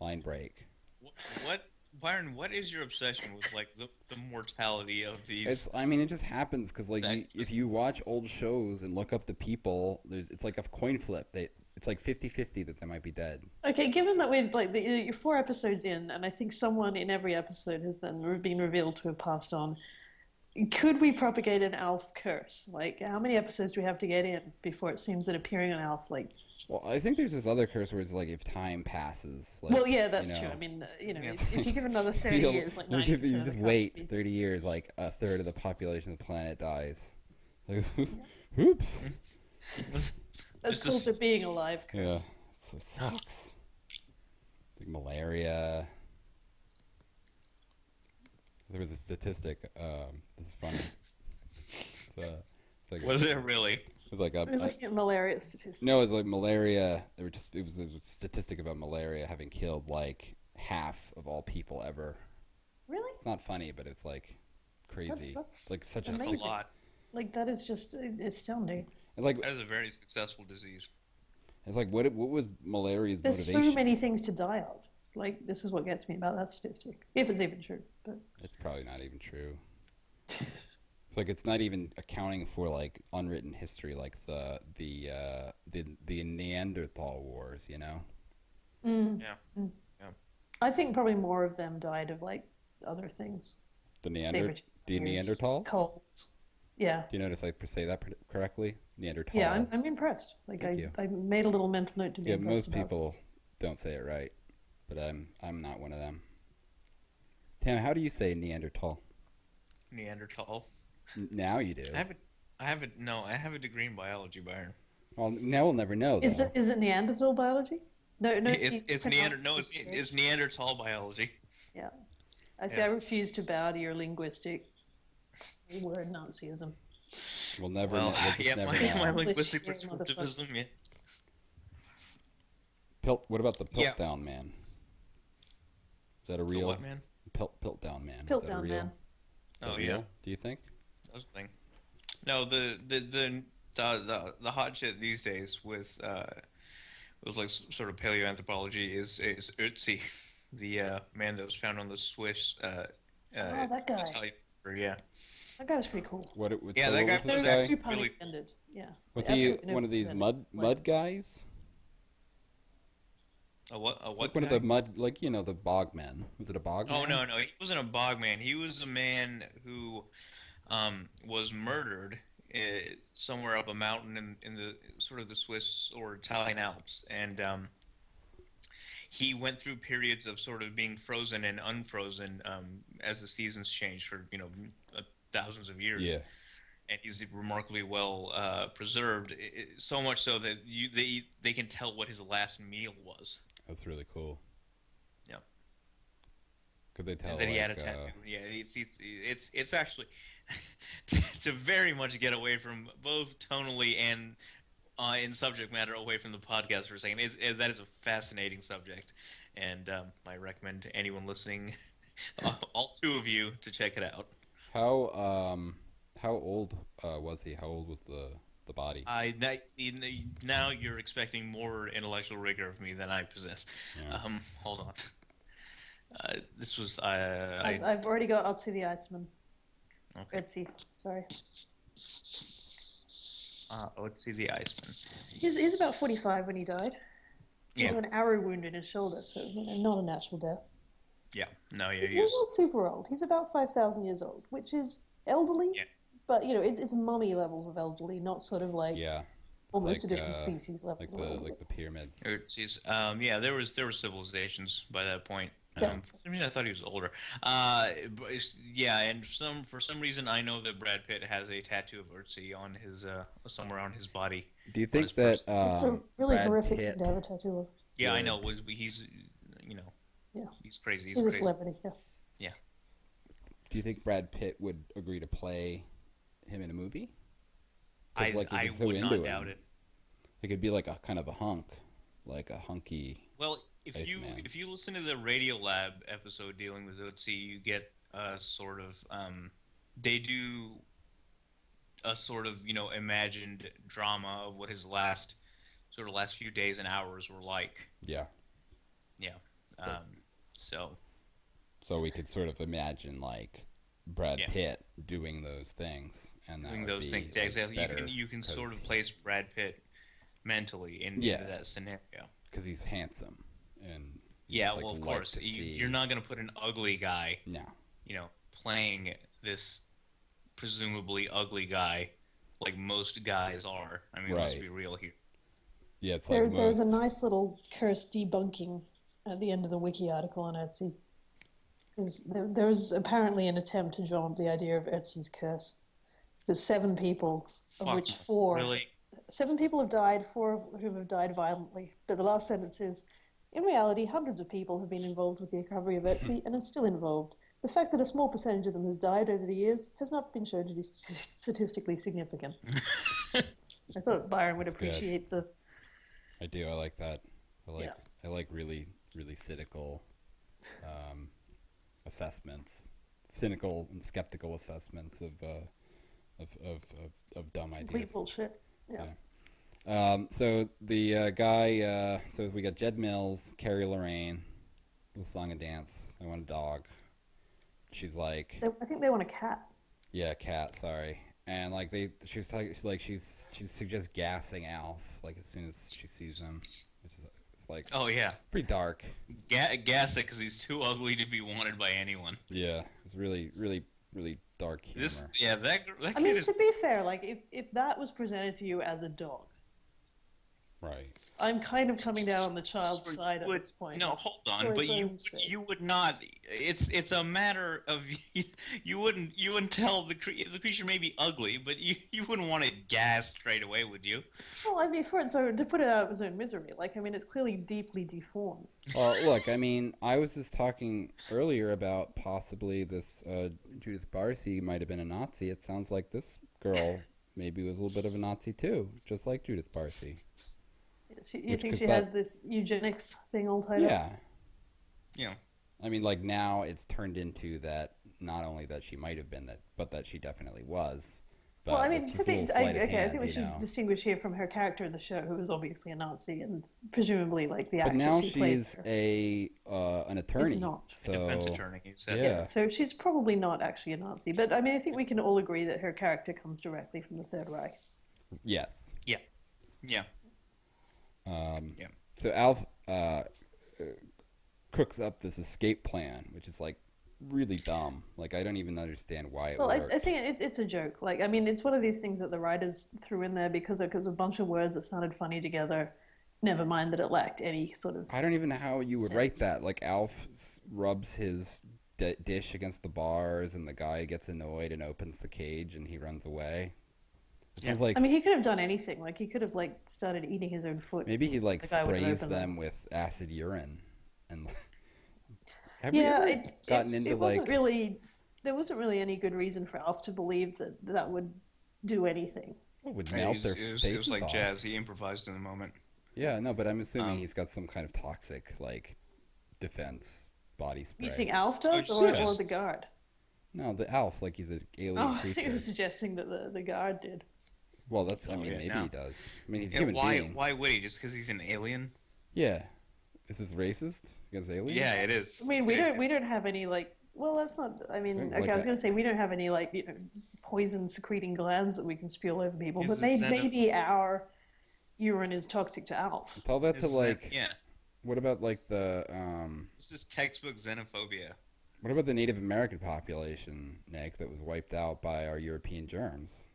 B: Line break.
E: Wh- What, Byron? What is your obsession with like the, the mortality of these?
B: It's. I mean, it just happens because like you,
E: That-
B: if you watch old shows and look up the people, there's it's like a coin flip. They it's like 50-50 that they might be dead.
D: Okay, given that we're like the, you're four episodes in, and I think someone in every episode has then re- been revealed to have passed on. Could we propagate an Alf curse? Like, how many episodes do we have to get in before it seems that appearing on Alf, like,
B: Well, I think there's this other curse where it's like if time passes. Like,
D: well, yeah, that's
B: you
D: true.
B: know,
D: I mean, uh, you know,
E: Yeah.
D: if, if you give another thirty
B: feel-
D: years, like
B: like,
D: ninety
B: if you
D: percent
B: just
D: of the
B: wait
D: country-
B: 30 years, like a third of the population of the planet dies. Like, oops.
D: That's
E: It's
D: called
E: just-
D: the being alive
B: Yeah,
D: curse.
B: It's- it sucks. Like malaria. There was a statistic. Um, this is funny. It's, uh, it's like
E: was it really?
B: it was like a,
D: We're looking at malaria statistics.
B: no, it was like malaria. There were just it was, it was a statistic about malaria having killed like half of all people ever.
D: Really?
B: It's not funny, but it's like crazy.
D: that's
B: like such
E: That's
B: a
E: a
D: amazing.
B: sick-
E: lot.
D: Like that is just uh, astounding.
B: and, like
E: That is a very successful disease.
B: it's like what what was malaria's
D: There's
B: motivation?
D: so many things to die of. Like this is what gets me about that statistic, if it's even true. But
B: It's probably not even true. It's like it's not even accounting for like unwritten history, like the the uh, the the Neanderthal wars. You know, Hmm.
E: Yeah.
D: I think probably more of them died of like other things.
B: the Neander the
D: Sabretoothers,
B: Neanderthals.
D: Cold. Yeah.
B: Do you notice I say that pr- correctly? Neanderthal.
D: Yeah, I'm, I'm impressed. Like
B: Thank
D: I,
B: you.
D: I made a little mental note to be
B: yeah. Most
D: impressed about.
B: people don't say it right, but I'm I'm not one of them. Tam, how do you say Neanderthal?
E: Neanderthal.
B: N- Now you do.
E: I have a, I have a no. I have a degree in biology, Byron.
B: Well, now we'll never know.
D: Is
B: though.
D: it is it Neanderthal biology? No, no.
E: It's it's
D: you
E: Neander.
D: pronounce
E: No, it's
D: it straight.
E: it's Neanderthal biology.
D: Yeah. I say
E: Yeah.
D: I refuse to bow to your linguistic word Nazism.
B: We'll never.
E: Well,
B: know. We'll just
E: yeah,
B: never
E: my,
B: know.
E: my
D: English
E: linguistic
D: here, motherfucker.
E: prescriptivism. Yeah.
B: Pilt, what about the
E: Yeah.
B: Piltdown man? Is that a
E: The
B: real
E: what, man?
B: Pilt Piltdown man? Is that
D: Piltdown
B: real?
D: man.
B: Is that
E: Oh, yeah.
B: real? Do you think?
E: That was the thing. No, the the the the, the, the hot shit these days with uh, with like s- sort of paleoanthropology is is Ötzi, the uh, man that was found on the Swiss. Uh, uh,
D: Oh, that guy.
E: Italian river, yeah.
D: That guy was pretty cool.
B: What? It,
E: Yeah,
B: so
E: that
B: what
E: guy
B: was
E: from
B: this
E: that
B: guy?
E: Really-
D: Too pun intended. Yeah.
B: Was
D: Like,
B: he
D: absolutely no
B: one of these
D: pun
B: mud
D: intended.
B: mud guys?
E: A what? A what?
B: Like one of the
E: guy?
B: mud, like you know, the bog men. Was it a bog?
E: Oh
B: man?
E: no, no, he wasn't a bog man. He was a man who um, was murdered uh, somewhere up a mountain in, in the sort of the Swiss or Italian Alps, and um, he went through periods of sort of being frozen and unfrozen um, as the seasons changed for you know uh, thousands of years
B: Yeah.
E: and he's remarkably well uh, preserved, i- i so much so that you they they can tell what his last meal was.
B: That's really cool.
E: Yep.
B: Could they tell?
E: that he had a
B: like,
E: tattoo.
B: uh,
E: Yeah, it's, it's it's it's actually to very much get away from both tonally and uh, in subject matter away from the podcast for a second. It's, it, that is a fascinating subject, and um, I recommend anyone listening, uh, all two of you, to check it out.
B: how um how old uh, was he? How old was the the body?
E: I now, see, now you're expecting more intellectual rigor of me than I possess.
B: Yeah.
E: Um, hold on. Uh, this was uh,
D: I've,
E: I,
D: I've already got Otzi the Iceman.
E: okay.
D: Red Sea. Sorry.
E: Uh, let's see the Iceman.
D: He's, he's about 45 when he died. He
E: Yeah,
D: had an arrow wound in his shoulder, so you know, not a natural death.
E: yeah. No, yeah.
D: He's
E: he was-
D: not super old. He's about 5,000 years old, which is elderly,
E: Yeah.
D: but you know, it's, it's mummy levels of elderly, not sort of like
B: yeah,
D: almost
B: like,
D: a different
B: uh,
D: species level.
B: like
D: of
B: the
D: elderly.
B: like the pyramids.
E: Or it's- it's, um, yeah, there was there were civilizations by that point.
D: Yeah.
E: Um, for some reason, I thought he was older. Uh, but it's- yeah, and some for some reason, I know that Brad Pitt has a tattoo of Ötzi on his uh, somewhere on his body.
B: Do you
E: What
B: think
E: is
B: that
E: first?
B: um,
D: it's a really
B: Brad
D: horrific
B: Pitt-
D: thing to have a tattoo of.
E: Yeah, I
B: Yeah.
E: know. Was he's you know,
D: Yeah.
E: he's crazy. He's,
D: He's a
E: crazy.
D: celebrity, yeah.
B: Do you think Brad Pitt would agree to play him in a movie?
E: I,
B: 'Cause, like,
E: I
B: he's so
E: would
B: into
E: not
B: him.
E: doubt it.
B: It could be like a kind of a hunk, like a hunky.
E: Well, if you
B: Spaceman.
E: if you listen to the Radiolab episode dealing with Otzi, you get a sort of um, they do a sort of you know imagined drama of what his last sort of last few days and hours were like.
B: Yeah.
E: Yeah.
B: So-
E: Um, so
B: So we could sort of imagine like Brad
E: Yeah.
B: Pitt doing those things, and that
E: doing
B: would
E: those
B: be
E: things yeah, exactly. You
B: better
E: can you can sort
B: 'cause-
E: of place Brad Pitt mentally in,
B: Yeah.
E: into that scenario.
B: because he's handsome and you
E: Yeah,
B: just, like,
E: well, of
B: like
E: course,
B: to
E: you,
B: see-
E: you're not going to put an ugly guy
B: no
E: you know, playing this presumably ugly guy like most guys are. I mean, let's
B: Right.
E: be real here.
B: yeah it's
D: There,
B: like
D: there's a
B: most-
D: nice little curse debunking at the end of the wiki article on Etsy. 'Cause There, there was apparently an attempt to drum up the idea of Etsy's curse. There's seven people, of
E: Fuck,
D: which four
E: Really?
D: seven people have died, four of whom have died violently. But the last sentence is, in reality, hundreds of people have been involved with the recovery of Etsy and are still involved. The fact that a small percentage of them has died over the years has not been shown to be st- statistically significant. I thought Byron would
B: That's good.
D: appreciate the
B: I do. I like that. I like
D: Yeah.
B: I like really really cynical um, assessments, cynical and skeptical assessments of uh, of, of, of of dumb
D: complete
B: ideas.
D: bullshit. Yeah.
B: Um, so the uh, guy. Uh, so we got Jed Mills, Carrie Lorraine, the song and dance. I want a dog. She's like,
D: They, I think they want a cat.
B: yeah, cat. Sorry. And like they, she was like, like she's she suggests gassing Alf like as soon as she sees him, which is it's like
E: Oh yeah,
B: pretty dark.
E: Ga- gas it because he's too ugly to be wanted by anyone.
B: Yeah, it's really, really, really dark humor.
E: This, yeah, that gr- that
D: I
E: kid
D: mean,
E: is
D: to be fair, like if, if that was presented to you as a dog,
B: Right.
D: I'm kind of coming down on the child's side at
E: would-
D: this point.
E: No, hold
D: For
E: on, but
D: its
E: you
D: own sake.
E: you would not. It's it's a matter of you, wouldn't you wouldn't tell the cre- the creature may be ugly, but you you wouldn't want to gas straight away, would you?
D: Well, I mean, for its own, to put it out of its own misery, like I mean, it's clearly deeply deformed.
B: Well, look, I mean, I was just talking earlier about possibly this uh, Judith Barcy might have been a Nazi. It sounds like this girl maybe was a little bit of a Nazi too, just like Judith Barcy.
D: She, you
B: Which
D: think
B: is
D: she
B: that-
D: had this eugenics thing all tied up?
B: Yeah.
E: You know,
B: I mean, like now it's turned into that not only that she might have been that, but that she definitely was. But
D: Well, I mean,
B: it's
D: to
B: just a
D: be,
B: little
D: I,
B: sleight of
D: okay, I
B: hand,
D: think we
B: you
D: should
B: know.
D: distinguish here from her character in the show, who was obviously a Nazi and presumably like the
B: But
D: actress
B: now
D: who played
B: she's
D: her.
B: a uh, an attorney.
D: not.
B: So
E: defense attorney. Is that-
B: yeah.
D: So she's probably not actually a Nazi, but I mean, I think we can all agree that her character comes directly from the Third Reich.
B: Yes.
E: yeah, yeah.
B: Um,
E: Yeah.
B: So Alf uh, uh, cooks up this escape plan, which is like really dumb. Like I don't even understand why it
D: Well, I,
B: worked.
D: I think it, it's a joke. Like, I mean, it's one of these things that the writers threw in there because it was a bunch of words that sounded funny together. Never mind that it lacked any sort of.
B: I don't even know how you would write that. Like Alf s- rubs his d- dish against the bars, and the guy gets annoyed and opens the cage, and he runs away. It seems like
D: I mean, he could have done anything. Like, he could have like started eating his own foot.
B: maybe he like
D: the guy would've
B: sprays
D: opened
B: them with acid urine, and have we
D: yeah,
B: ever
D: it,
B: gotten
D: it,
B: into
D: it
B: like
D: wasn't really. There wasn't really any good reason for Alf to believe that that would do anything.
B: what would melt
E: It
B: their
E: was- it was, it
B: faces
E: was like Um,
B: off?
E: jazz. He improvised in the moment.
B: Yeah, no, but I'm assuming he's got some kind of toxic like defense body spray.
D: You think Alf does,
E: it's
D: or, or
E: just-
D: the guard?
B: no, the Alf, like he's an alien
D: Oh, I think
B: creature.
D: you were suggesting that the, the guard did.
B: Well, that's I mean
E: Oh, yeah,
B: maybe
E: no.
B: he does. I mean he's a
E: Yeah,
B: human
E: why
B: being.
E: why would he? Just because he's an alien?
B: Yeah, is this racist against aliens?
E: Yeah, it is.
D: I mean, we
E: It
D: don't we
E: is.
D: don't have any like. Well, that's not. I mean,
B: Right,
D: okay,
B: like
D: I was
B: that.
D: going to say we don't have any like you know, poison secreting glands that we can spill over people,
E: Is
D: but
E: the
D: may,
E: scent of-
D: maybe our urine is toxic to Alf.
B: Tell that to
E: It's-
B: like.
E: uh, yeah.
B: What about like the um?
E: This is textbook xenophobia.
B: What about the Native American population, Nick, that was wiped out by our European germs?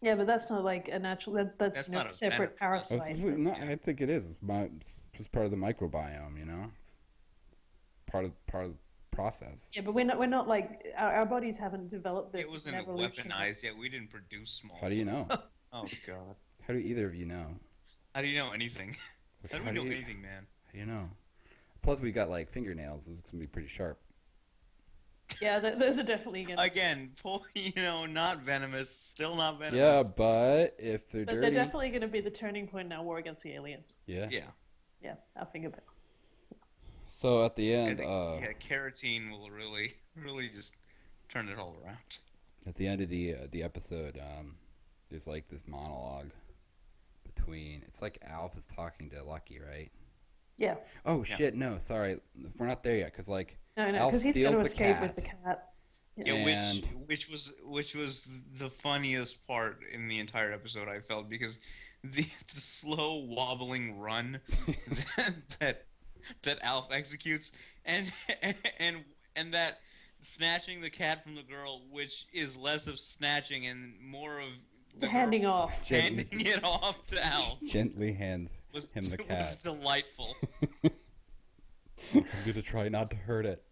D: Yeah, but that's not like a natural. That, that's,
E: That's
D: not,
E: not a
D: separate
E: benefit.
B: Oh, it's-
D: parasite.
B: it's
D: That's-
B: not- I think it is. It's, my, it's just part of the microbiome, you know. It's part of part of the process.
D: Yeah, but we're not. We're not like our, our bodies haven't developed this.
E: It wasn't
D: evolution.
E: weaponized yet. We didn't produce small.
B: How do you know?
E: Oh god.
B: How do either of you know?
E: How do you know anything?
B: Which-
E: How do we know anything, man?
B: how do you know? Plus, we got like fingernails. This is gonna be pretty sharp.
D: Yeah, th- those are definitely. Gonna,
E: Again, po- you know, not venomous. Still not venomous.
B: Yeah, but if they're
D: but
B: dirty,
D: they're definitely going to be the turning point in our war against the aliens.
B: yeah.
E: Yeah.
D: Yeah, our fingerprints.
B: So at the
E: I
B: end,
E: think,
B: uh,
E: yeah, carotene will really, really just turn it all around.
B: at the end of the uh, the episode, um, there's like this monologue between. It's like Alf is talking to Lucky, right?
D: Yeah.
B: Oh
E: Yeah.
B: shit! No, sorry, we're not there yet. Cause like,
D: No, no,
B: Alf
D: because he's
B: steals
D: going to
B: the
D: escape
B: cat.
D: with the cat.
E: Yeah, which
B: And-
E: which was which was the funniest part in the entire episode. I felt because the, the slow wobbling run that, that that Alf executes, and and and that snatching the cat from the girl, which is less of snatching and more of the girl
D: Handing off.
B: Gently.
E: handing it off to Alf,
B: gently hands
E: was
B: him the
E: was
B: cat.
E: delightful.
B: I'm gonna try not to hurt it.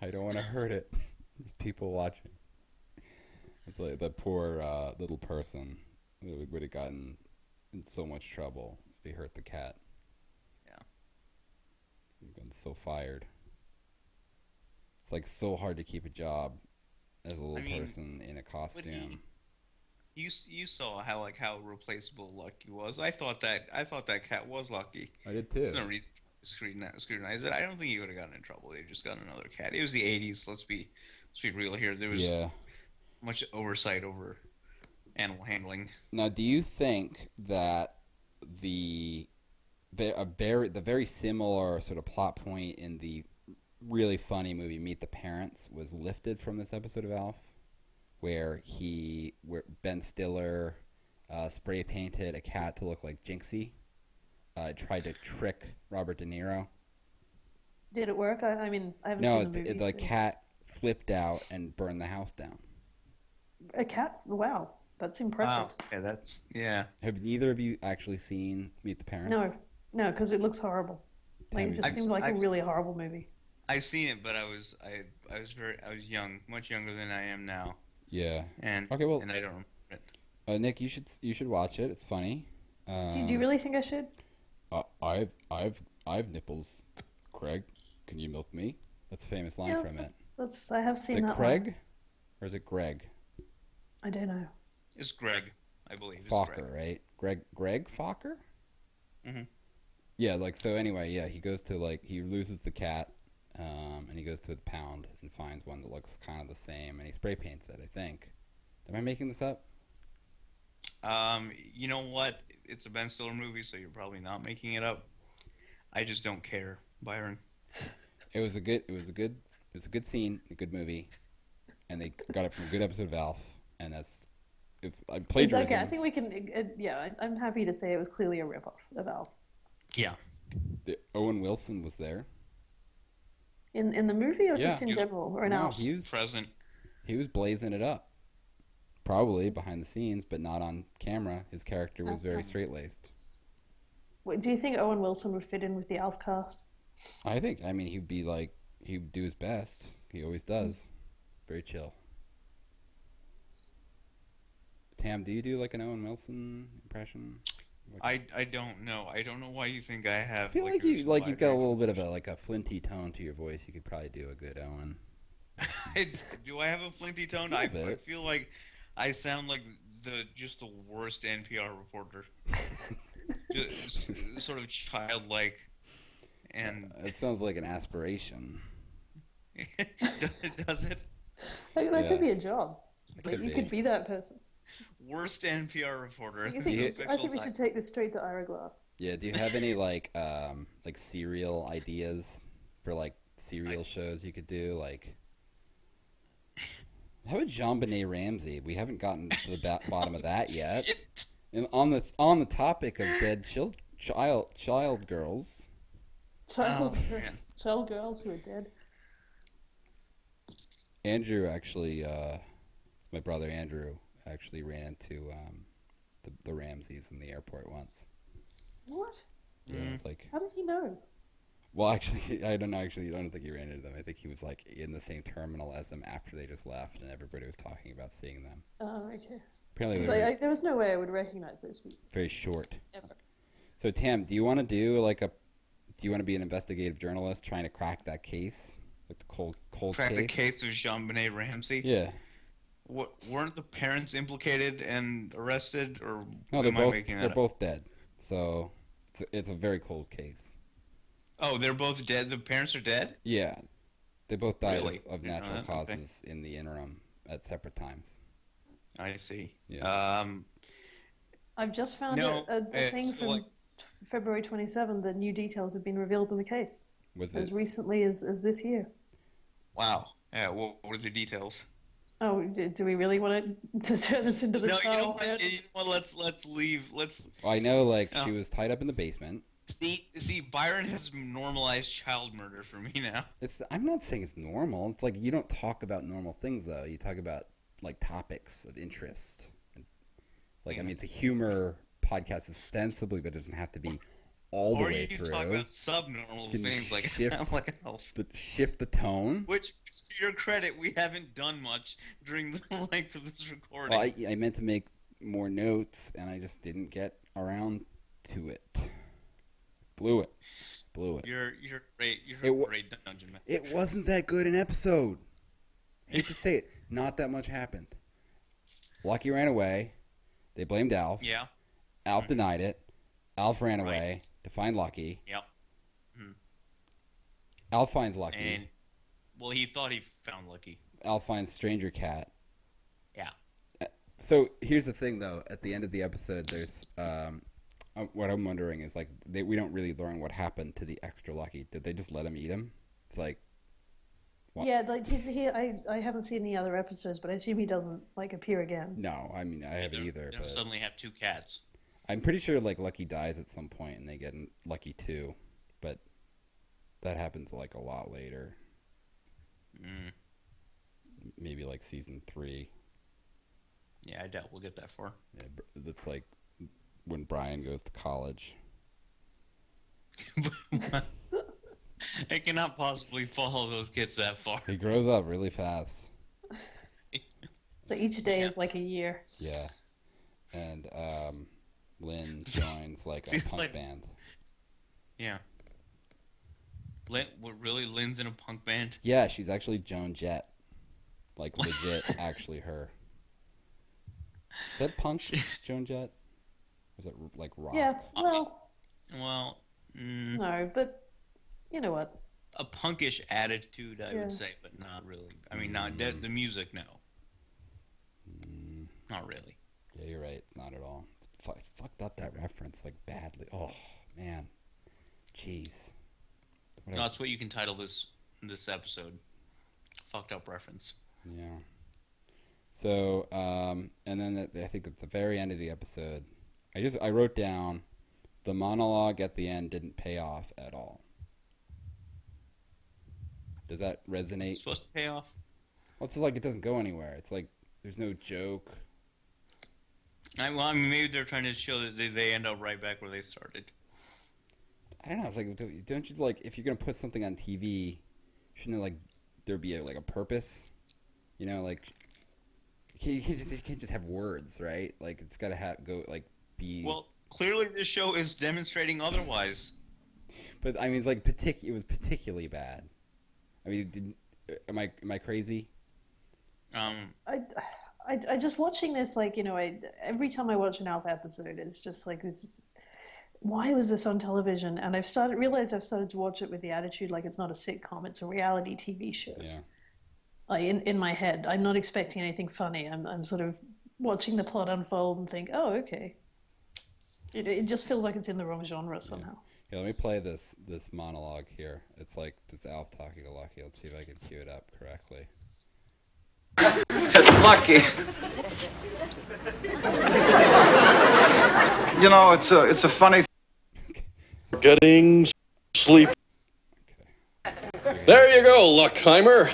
B: I don't want to hurt it. There's people watching. It's like that poor uh, little person who would have gotten in so much trouble if he hurt the cat.
E: Yeah.
B: You've gotten so fired. It's like so hard to keep a job as a little
E: mean,
B: person in a costume.
E: You s- you saw how like how replaceable Lucky was. I thought that I thought that cat was Lucky.
B: I did too.
E: There's no reason to scrutinize, scrutinize it. I don't think he would have gotten in trouble. They just got another cat. It was the 80s. Let's be let's be real here. There was
B: Yeah.
E: much oversight over animal handling.
B: Now, do you think that the ve- a very the very similar sort of plot point in the really funny movie Meet the Parents was lifted from this episode of Alf, where he where Ben Stiller uh, spray painted a cat to look like Jinxie, uh, tried to trick Robert De Niro.
D: Did it work? I, I mean, I haven't
B: No,
D: seen the
B: it-
D: movie.
B: it- the
D: so-
B: cat flipped out and burned the house down.
D: A cat? Wow. That's impressive.
E: Yeah, that's yeah.
B: Have neither of you actually seen Meet the Parents?
D: No, no, because it looks horrible. Like,
B: Damn
D: it
B: it.
D: just
E: I've-
D: seems like
E: I've-
D: a really horrible movie.
E: I've seen it, but I was I I was very I was young, much younger than I am now,
B: Yeah.
E: and
B: Okay, well-
E: and I don't remember it.
B: Uh, Nick, you should you should watch it. It's funny. Um,
D: Do, do you really think I should?
B: Uh, I've I've I've nipples. Craig, can you milk me? That's a famous line
D: Yeah.
B: from it.
D: Let's. I have
B: Is
D: seen
B: it
D: that.
B: Craig,
D: One.
B: or is it Greg
D: I don't know.
E: It's Greg, I believe. It's Greg.
B: Fokker? Right? Greg Greg Fokker.
E: Mhm.
B: Yeah. Like so. Anyway, yeah. He goes to like he loses the cat, um, and he goes to the pound and finds one that looks kind of the same, and he spray paints it. I think. Am I making this up?
E: Um, you know what? It's a Ben Stiller movie, so you're probably not making it up. I just don't care, Byron.
B: It was a good. It was a good. It was a good scene. A good movie, and they got it from a good episode of Alf. And that's it's I
D: It's
B: plagiarism.
D: okay. I think we can. Uh, yeah, I, I'm happy to say it was clearly a ripoff of Alf.
E: Yeah.
B: The- Owen Wilson was there.
D: In in the movie or
B: Yeah.
D: just in
E: Yes.
D: general or in
B: No,
D: Alf?
B: he was
E: Present.
B: he was blazing it up, probably behind the scenes, but not on camera. His character was very straight laced.
D: Wait, Do you think Owen Wilson would fit in with the Alf cast?
B: I think. I mean, he'd be like he'd do his best. He always does. Very chill. Tam, do you do like an Owen Wilson impression?
E: I, I don't know. I don't know why you think I
B: I
E: have.
B: feel like you
E: this
B: like you've got a
E: vibrant-
B: little bit of a like a flinty tone to your voice. You could probably do a good Owen.
E: Do I have a flinty tone? I,
B: Little
E: I
B: bit.
E: feel like I sound like the just the worst NPR reporter. just, sort of childlike, and
B: It sounds like an aspiration.
E: does it?
D: Like, that
B: Yeah.
D: could be a job. Like,
B: could
D: you
B: be.
D: could be that person.
E: Worst NPR reporter.
D: You
E: That's
D: think,
E: the
D: I
E: official
D: think we should
E: title.
D: take this straight to Ira Glass.
B: Yeah. Do you have any like um like serial ideas for like serial shows you could do? Like, how about Jean Benet Ramsey? We haven't gotten to the ba- bottom of that yet. And on the on the topic of dead child child child girls,
D: Child,
E: Oh, man.
D: child girls who are dead.
B: Andrew actually, uh, my brother Andrew actually ran into um, the, the Ramses in the airport once.
D: What?
B: Yeah,
E: Mm.
B: it's like,
D: How did he know?
B: well, actually, I don't know. Actually, I don't think he ran into them. I think he was like in the same terminal as them after they just left, and everybody was talking about seeing them.
D: Oh, okay.
B: Apparently,
D: It's
B: they
D: like,
B: were
D: I, there was no way I would recognize those people.
B: very short.
D: Ever.
B: So, Tam, do you want to do like a? Do you want to be an investigative journalist trying to crack that case, like the cold cold
E: Crack
B: case?
E: the case of Jean Benet Ramsey.
B: Yeah.
E: Wa- weren't the parents implicated and arrested, or
B: No, they're
E: am I
B: both
E: making
B: they're
E: that up?
B: both dead. So it's a, it's a very cold case.
E: Oh, they're both dead. The parents are dead.
B: Yeah, they both died
E: Really?
B: of, of
E: Didn't know
B: natural
E: that. Okay.
B: causes in the interim at separate times.
E: I see.
B: Yeah.
E: Um,
D: I've just found
E: No,
D: a, a, a
E: it's
D: thing from
E: like-
D: t- February 27 that new details have been revealed in the case
B: Was
D: as
B: it?
D: recently as, as this year.
E: wow. Yeah. What, what are the details?
D: Oh, d- do we really want to turn this into the
E: no, you know,
D: trial?
E: what, you know what, Let's let's leave. Let's
B: I know, like
E: Oh.
B: she was tied up in the basement.
E: see. See, Byron has normalized child murder for me now.
B: It's. I'm not saying it's normal. It's like you don't talk about normal things though. You talk about like topics of interest. Like
E: Mm-hmm.
B: I mean, it's a humor podcast ostensibly, but it doesn't have to be all the
E: or
B: way
E: you
B: through.
E: talk about subnormal
B: Can
E: things like
B: shift-
E: like health.
B: But shift the tone.
E: Which, to your credit, we haven't done much during the length of this recording.
B: Well, I, I meant to make more notes, and I just didn't get around to it. Blew it. Blew it.
E: You're you're great. You're
B: It wa-
E: a great dungeon master.
B: It wasn't that good an episode. I hate to say it. Not that much happened. Lucky ran away. They blamed Alf.
E: Yeah.
B: Alf denied it. Alf ran
E: Right.
B: away to find Lucky.
E: Yep.
B: Alf finds Lucky.
E: And well, he thought he found Lucky.
B: Alf finds Stranger Cat.
E: Yeah.
B: So here's the thing, though. At the end of the episode, there's um, uh, what I'm wondering is like they, we don't really learn what happened to the extra lucky. Did they just let him eat him? It's like what?
D: Yeah, like he's he. I, I haven't seen any other episodes, but I assume he doesn't like appear again.
B: no. I mean, I haven't either.
E: They don't
B: But
E: suddenly have two cats.
B: I'm pretty sure like Lucky dies at some point, and they get in- Lucky too. But that happens like a lot later.
E: Mm.
B: Maybe like season three.
E: Yeah, I doubt we'll get that far.
B: Yeah, br- That's like when Brian goes to college.
E: I cannot possibly follow those kids that far.
B: He grows up really fast.
D: So each day is like a year.
B: Yeah. And um, Lynn joins like a
E: See,
B: punk
E: like-
B: band.
E: Yeah. Lin, what really? Lynn's in a punk band?
B: Yeah, she's actually Joan Jett. Like legit, actually her. Is that punk Joan Jett? Was it like rock?
D: Yeah, well,
E: Well, Uh, mm,
D: no, but you know what?
E: a punkish attitude, I would
D: Yeah.
E: say, but not really. I mean, not the, the music, no. Not really.
B: Yeah, you're right. Not at all. It's fu- I fucked up that reference like badly. Oh man, jeez. What a-
E: That's what you can title this this episode. Fucked up reference.
B: Yeah. So, um, and then at the, I think at the very end of the episode, I just I wrote down the monologue at the end didn't pay off at all. Does that
E: It's
B: resonate? Well,
E: supposed to pay off.
B: it's like it doesn't go anywhere. It's like there's no joke.
E: I, well, I mean, maybe they're trying to show that they, they end up right back where they started.
B: I don't know. It's like don't- don't you like if you're gonna put something on TV, shouldn't like there be a, like a purpose? You know, like you can't, you can't just you can't just have words, right? Like it's gotta have go like be.
E: Well, clearly this show is demonstrating otherwise.
B: But I mean, it's like partic- It was particularly bad. I mean, did, am I am I crazy?
E: Um,
D: I, I, I just watching this like you know I every time I watch an Alf episode it's just like this is, why was this on television and I've started realized I've started to watch it with the attitude like it's not a sitcom it's a reality TV show
B: Yeah.
D: like in, in my head I'm not expecting anything funny I'm I'm sort of watching the plot unfold and think oh okay it it just feels like it's in the wrong genre somehow
B: Here, let me play this this monologue here. It's like just Alf talking to Lucky. Let's see if I can cue it up correctly.
F: It's lucky. you know, it's a it's a funny.
G: Getting sleep.
B: Okay.
G: There you go, Luckheimer.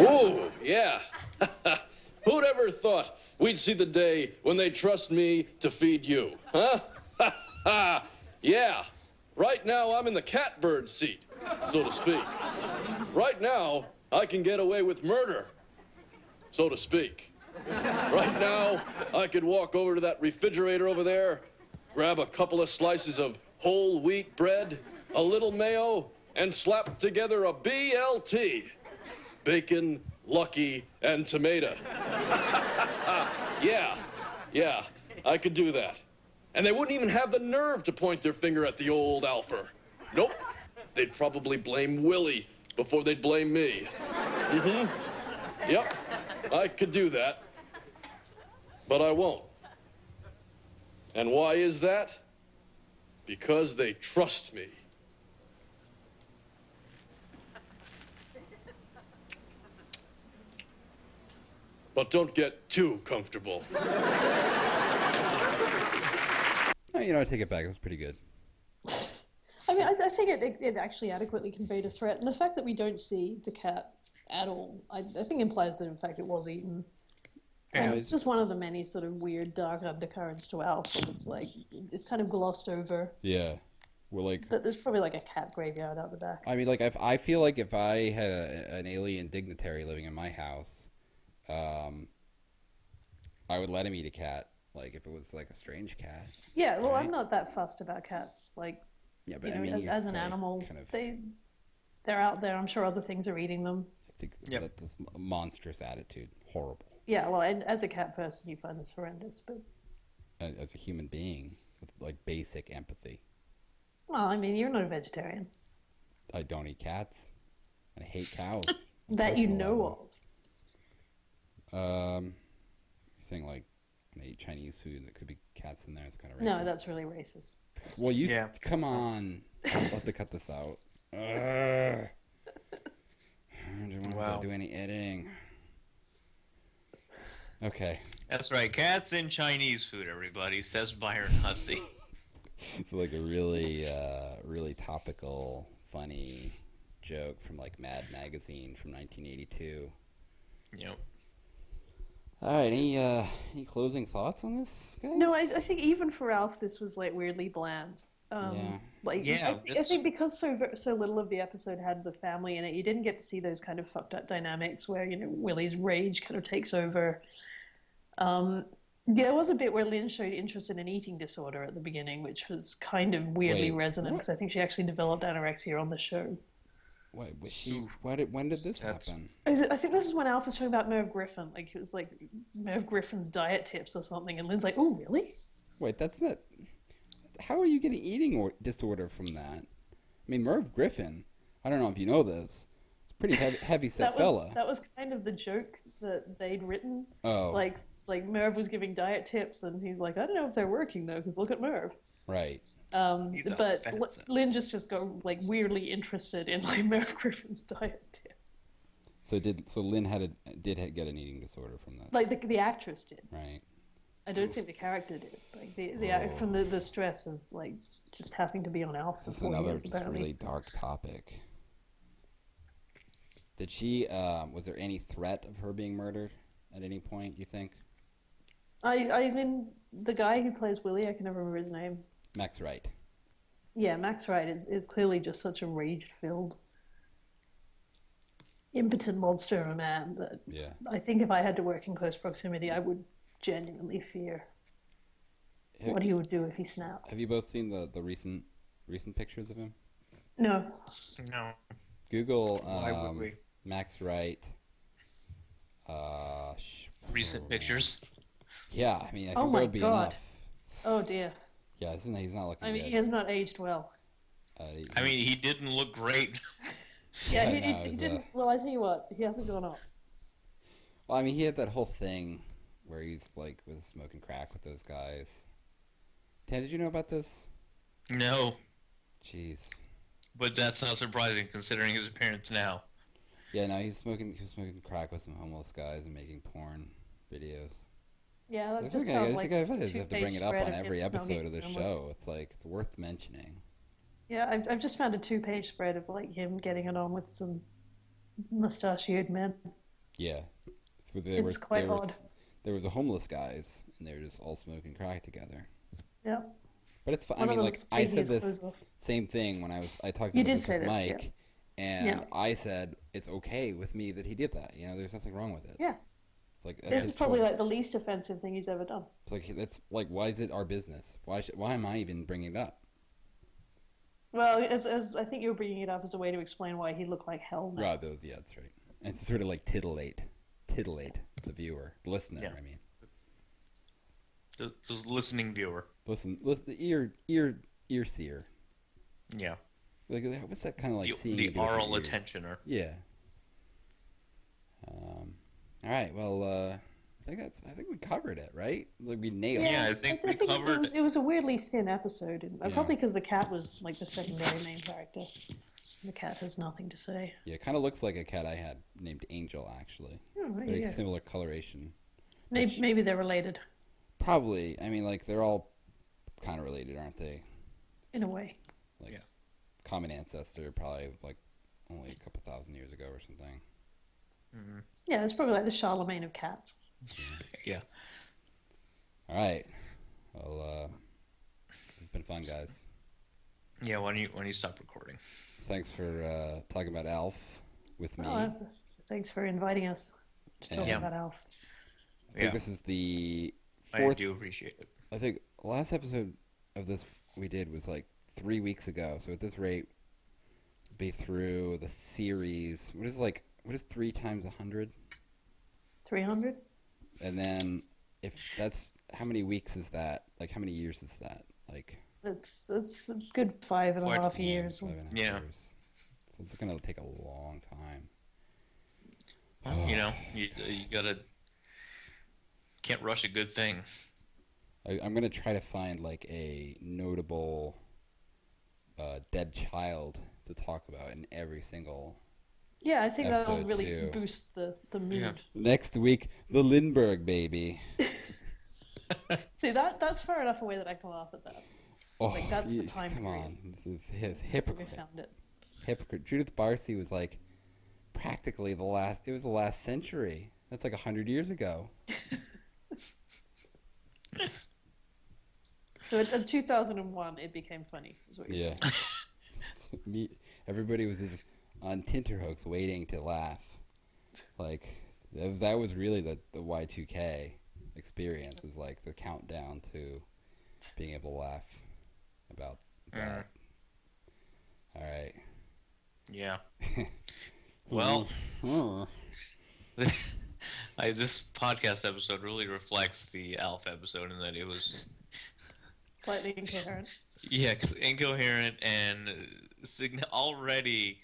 G: Ooh, yeah. Who'd ever thought we'd see the day when they trust me to feed you? Huh? yeah. Right now, I'm in the catbird seat, so to speak. Right now, I can get away with murder, so to speak. Right now, I could walk over to that refrigerator over there, grab a couple of slices of whole wheat bread, a little mayo, and slap together a BLT bacon, lucky, and tomato. yeah, yeah, I could do that. And they wouldn't even have the nerve to point their finger at the old Alfer. Nope, they'd probably blame Willie before they'd blame me. Mm-hmm. Yep, I could do that. But I won't. And why is that? Because they trust me. But don't get too comfortable.
B: Oh, you know, I take it back. It was pretty good.
D: I mean, I, I think it, it, it actually adequately conveyed a threat, and the fact that we don't see the cat at all, I, I think implies that in fact it was eaten. And it's just one of the many sort of weird, dark undercurrents to Alf. and It's like it's kind of glossed over,
B: Yeah. We're like,
D: but there's probably like a cat graveyard out the back.
B: I mean, like, if I feel like if I had a, an alien dignitary living in my house, um, I would let him eat a cat. Like, if it was like a strange cat.
D: Yeah, well,
B: Right.
D: I'm not that fussed about cats. Like,
B: Yeah, but
D: you
B: I
D: know,
B: mean,
D: as,
B: you
D: as
B: just,
D: an
B: like,
D: animal,
B: kind of,
D: they they're out there. I'm sure other things are eating them.
B: I think
F: Yep.
B: that's this monstrous attitude, horrible.
D: Yeah, well, and as a cat person, you find this horrendous. But
B: A- As a human being with like basic empathy,
D: well, I mean, you're not a vegetarian
B: I don't eat cats. and I hate cows. on a
D: that you
B: personal
D: know
B: level.
D: of.
B: Um, you're saying like when I eat Chinese food and there could be cats in there. It's kind of racist.
D: No, that's really racist.
B: well. You s-
F: Yeah.
B: come on. I'll have to cut this out. Ugh. I don't want
F: Wow.
B: to do any editing. Okay,
E: That's right. Cats in Chinese food, everybody, says Byron Hussey.
B: it's like a really, uh, really topical, funny joke from like Mad Magazine from 1982.
E: yep.
B: All right, any uh, any closing thoughts on this, guys?
D: No, I, I think even for Alf, this was like weirdly bland. Um,
B: Yeah.
D: Like,
E: Yeah,
D: I, thi- I
E: this-
D: think because so ver- so little of the episode had the family in it, you didn't get to see those kind of fucked up dynamics where you know Willie's rage kind of takes over. Um, yeah, there was a bit where Lynn showed interest in an eating disorder at the beginning, which was kind of weirdly
B: Wait,
D: resonant because I think she actually developed anorexia on the show.
B: Wait, was she? Why did? When did this
F: That's-
B: happen?
D: I th- I think this is when Alf was talking about Merv Griffin. Like it was like Merv Griffin's diet tips or something, and Lynn's like, "Oh, really?"
B: Wait, that's not. How are you getting eating or- disorder from that? I mean, Merv Griffin. I don't know if you know this. It's a pretty heavy, heavy set
D: that
B: fella.
D: Was, that was kind of the joke that they'd written.
B: Oh.
D: Like, it's like Merv was giving diet tips, and he's like, I don't know if they're working though, because look at Merv.
B: Right.
D: Um,
E: He's a
D: but
E: fat
D: L-
E: son.
D: Lynn just just got like weirdly interested in like Merv Griffin's diet tips.
B: So did so Lynn had a did ha- get an eating disorder from this.
D: Like the, the actress did.
B: right.
D: I don't think the character did. Like the, the act from the, the stress of like just having to be on Alpha.
B: Oh. This is
D: for four
B: another
D: years,
B: just
D: apparently.
B: really dark topic. Did she? Um, was there any threat of her being murdered at any point? You think?
D: I I mean the guy who plays Willie, I can never remember his name.
B: Max Wright.
D: Yeah, Max Wright is, is clearly just such a rage filled, impotent monster of a man that
B: Yeah.
D: I think if I had to work in close proximity, I would genuinely fear what he would do if he snapped.
B: Have you both seen the the recent recent pictures of him?
D: No.
F: No.
B: Google
F: Why would
B: um,
F: we?
B: Max Wright. Uh, sh-
E: Recent pictures.
B: yeah, I mean, I think
D: Oh
B: that
D: my
B: would be
D: God.
B: enough.
D: Oh dear.
B: Yeah, isn't he- he's not looking
D: I mean,
B: good.
D: he has not aged well.
B: Uh, he-
E: I mean, he didn't look great.
D: Yeah,
B: I
D: he, he,
B: know,
D: he
B: he's,
D: didn't.
B: uh,
D: Well, I tell you what, he hasn't gone up.
B: well, I mean, he had that whole thing where he's like was smoking crack with those guys. Tan, did you know about this?
E: No,
B: Jeez.
E: but that's not surprising considering his appearance now.
B: Yeah, no, he's smoking. He was smoking crack with some homeless guys and making porn videos.
D: Yeah, that
B: This
D: just
B: is
D: sounds
B: guy. This
D: like
B: guy.
D: a
B: I have to
D: two-page
B: bring it up
D: spread
B: on
D: of him
B: every episode
D: smoking
B: of this
D: homeless-
B: show. It's like it's worth mentioning.
D: Yeah, I've, I've just found a two-page spread of like him getting it on with some mustachioed men.
B: Yeah. It's where they
D: It's
B: were, they
D: quite
B: were
D: odd.
B: s- there was a homeless guys, and they were just all smoking crack together.
D: Yeah.
B: But it's fun. I
D: One of
B: mean,
D: them
B: like
D: was
B: I
D: taking
B: said
D: his
B: this
D: clothes off.
B: same thing when I was I talked
D: You
B: about
D: did
B: this
D: say
B: with
D: this, yeah.
B: Mike, and
D: Yeah.
B: I said it's okay with me that he did that. You know, there's nothing wrong with it.
D: Yeah.
B: It's like that's
D: This
B: his
D: is probably like the
B: choice.
D: least offensive thing he's ever done.
B: It's like that's like why is it our business? Why should, why am I even bringing it up?
D: Well, as, as I think you were bringing it up as a way to explain why he looked like hell. now.
B: Right, those, yeah, that's right. And it's sort of like titillate, titillate the viewer, the listener.
E: Yeah.
B: I mean,
E: The, the listening viewer.
B: listen, listen, the ear, ear, ear seer.
E: Yeah.
B: Like, what's that kind of like
E: the,
B: seeing
E: the
B: into your
E: oral
B: ears?
E: attentioner.
B: Yeah. Um, all right. Well, uh, I think that's. I think we covered it, right? Like we nailed. it.
H: Yeah, I think we covered-
D: It was, it was a weirdly thin episode, and, uh,
B: Yeah.
D: probably because the cat was like the secondary main character. The cat has nothing to say.
B: Yeah, it kind of looks like a cat I had named Angel, actually.
D: Oh, there
B: Very
D: you go.
B: similar coloration.
D: Maybe, maybe they're related
B: Probably. I mean, like they're all kind of related, aren't they?
D: in a way.
B: Like
E: Yeah.
B: common ancestor, probably like only a couple thousand years ago or something.
D: Yeah, it's probably like the Charlemagne of cats.
E: Yeah.
B: All right. Well, uh, it's been fun, guys.
E: Yeah, why don't you why don't you stop recording?
B: Thanks for uh, talking about Alf with me.
D: Oh, uh, thanks for inviting us to talk
B: Yeah.
D: about Alf.
B: I think
E: Yeah.
B: this is the
E: I
B: fourth.
E: do appreciate it.
B: I think last episode of this we did was like three weeks ago. So at this rate, we'll be through the series. What is like? What is three times a hundred?
D: 300?
B: And then if that's how many weeks is that? Like how many years is that? Like
D: It's, it's a good five and a half
E: Quite-
D: years.
B: five and a half
E: Yeah.
B: years. So it's gonna take a long time. Oh.
E: You know, you, you gotta can't rush a good thing.
B: I, I'm gonna try to find like a notable uh, dead child to talk about in every single.
D: Yeah, I think that'll
B: Episode
D: really
B: two.
D: boost the, the mood.
B: Next week, the Lindbergh baby.
D: See, that that's far enough away that I can laugh at that.
B: Oh,
D: Like, that's the
B: yes,
D: time
B: come
D: period.
B: on, this is his
D: We
B: hypocrite.
D: found it.
B: Hypocrite. Judith Barcy was like practically the last. It was the last century. That's like a hundred years ago.
D: So in in 2001, it became funny. is what you-
B: Yeah. Me, everybody was just on tenterhooks waiting to laugh. Like that was, that was really the the Y two K experience was like the countdown to being able to laugh about that. All right.
E: Yeah. well,
B: Hmm.
E: I, this podcast episode really reflects the Alf episode in that it was
D: Slightly incoherent.
E: yeah c- incoherent and uh, sign- already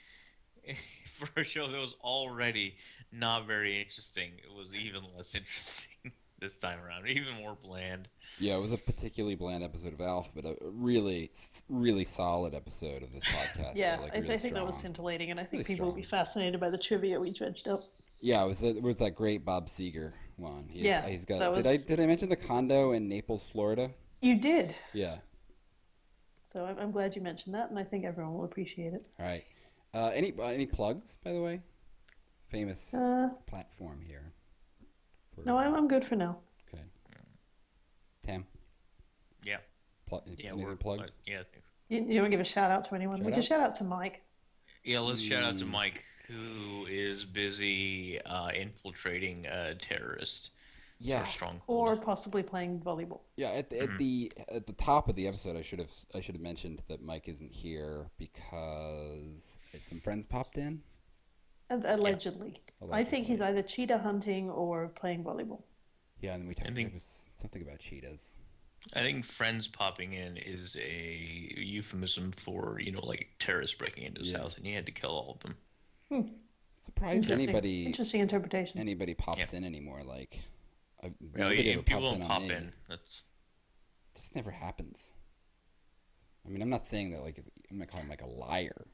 E: for a show that was already not very interesting. It was even less interesting this time around, even more bland.
B: Yeah, it was a particularly bland episode of Alf, but a really, s- really solid episode of this podcast.
D: yeah,
B: like,
D: I,
B: really
D: I think that was
B: strong.
D: scintillating, and I think
B: Really
D: people will be
B: strong.
D: fascinated by the trivia we dredged up.
B: Yeah, it was it was that great Bob Seger one. He's,
D: Yeah,
B: he's got.
D: that
B: Did I
D: was-
B: did I mention the condo in Naples, Florida?
D: You did.
B: Yeah.
D: So I'm, I'm glad you mentioned that, and I think everyone will appreciate it.
B: All right. Uh, any uh, any plugs by the way? Famous
D: Uh,
B: platform here. for-
D: no, I'm, I'm good for now.
B: okay. Tam,
E: Yeah.
B: plug.
E: Yeah,
B: anything
E: we're
B: plug.
E: uh, yeah, I think
D: You, you don't give a shout out to anyone.
B: Shout
D: we can
B: out?
D: shout out to Mike.
E: Yeah, let's shout out to
B: Hmm.
E: Mike, who is busy uh, infiltrating a terrorist
B: yeah,
E: or stronghold.
D: Or possibly playing volleyball.
B: yeah. At the,
E: Hmm.
B: at the at the top of the episode, I should have I should have mentioned that Mike isn't here because some friends popped in.
D: And- Allegedly. I
B: Allegedly.
D: think he's either cheetah hunting or playing volleyball.
B: Yeah, and then we talked.
E: I
B: It
E: think-
B: was something about cheetahs.
E: I think friends popping in is a euphemism for you know like terrorists breaking into his
B: Yeah.
E: house, and he had to kill all of them.
B: Surprised
D: Interesting,
B: anybody
D: interesting interpretation.
B: anybody pops
E: Yeah.
B: in anymore. Like, I,
E: You know,
B: nobody
E: you-
B: ever
E: people
B: pops
E: don't
B: on
E: pop
B: me.
E: in. That's
B: just never happens. I mean, I'm not saying that like if, I'm not calling him like a liar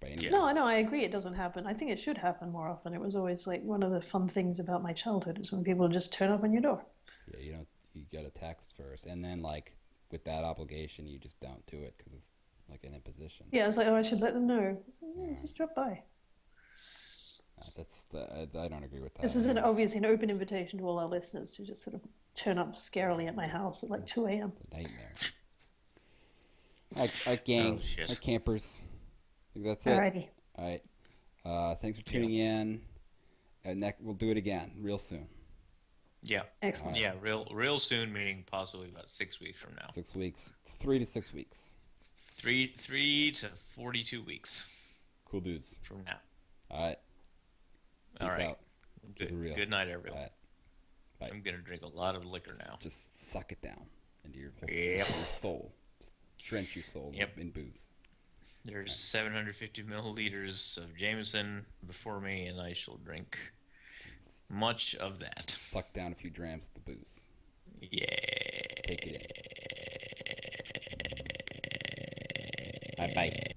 B: by any
E: Yeah.
D: No, I know. I agree. It doesn't happen. I think it should happen more often. It was always like one of the fun things about my childhood is when people just turn up on your door.
B: Yeah, you don't. You get a text first, and then like with that obligation, you just don't do it because it's like an imposition.
D: Yeah, it's like, oh, I should let them know. It's like, yeah, just drop by.
B: Uh, that's the, I, I don't agree with that.
D: This is an
B: either.
D: obviously an open invitation to all our listeners to just sort of turn up scarily at my house at like 2 a.m.
B: nightmare. Like, like gang,
E: Oh, shit.
B: like campers. I think that's it.
D: Alrighty.
B: All right. Uh, thanks for tuning in. And next, we'll do it again real soon.
E: yeah,
D: Excellent.
E: yeah. Real, real soon, meaning possibly about six weeks from now.
B: Six weeks, three to six weeks.
E: Three, three to forty-two weeks
B: Cool dudes.
E: from now.
B: All right.
E: All
B: Peace
E: right.
B: out.
E: Good,
B: it real.
E: good night,
B: All
E: everyone.
B: right. Bye.
E: I'm gonna drink a lot of liquor now.
B: Just suck it down into your whole
E: Yep.
B: your soul. Just drench your soul
E: Yep.
B: in booze.
E: There's 750 milliliters of Jameson before me, and I shall drink much of that.
B: Suck down a few drams of the booze.
E: Yeah.
B: Take it in. Bye bye.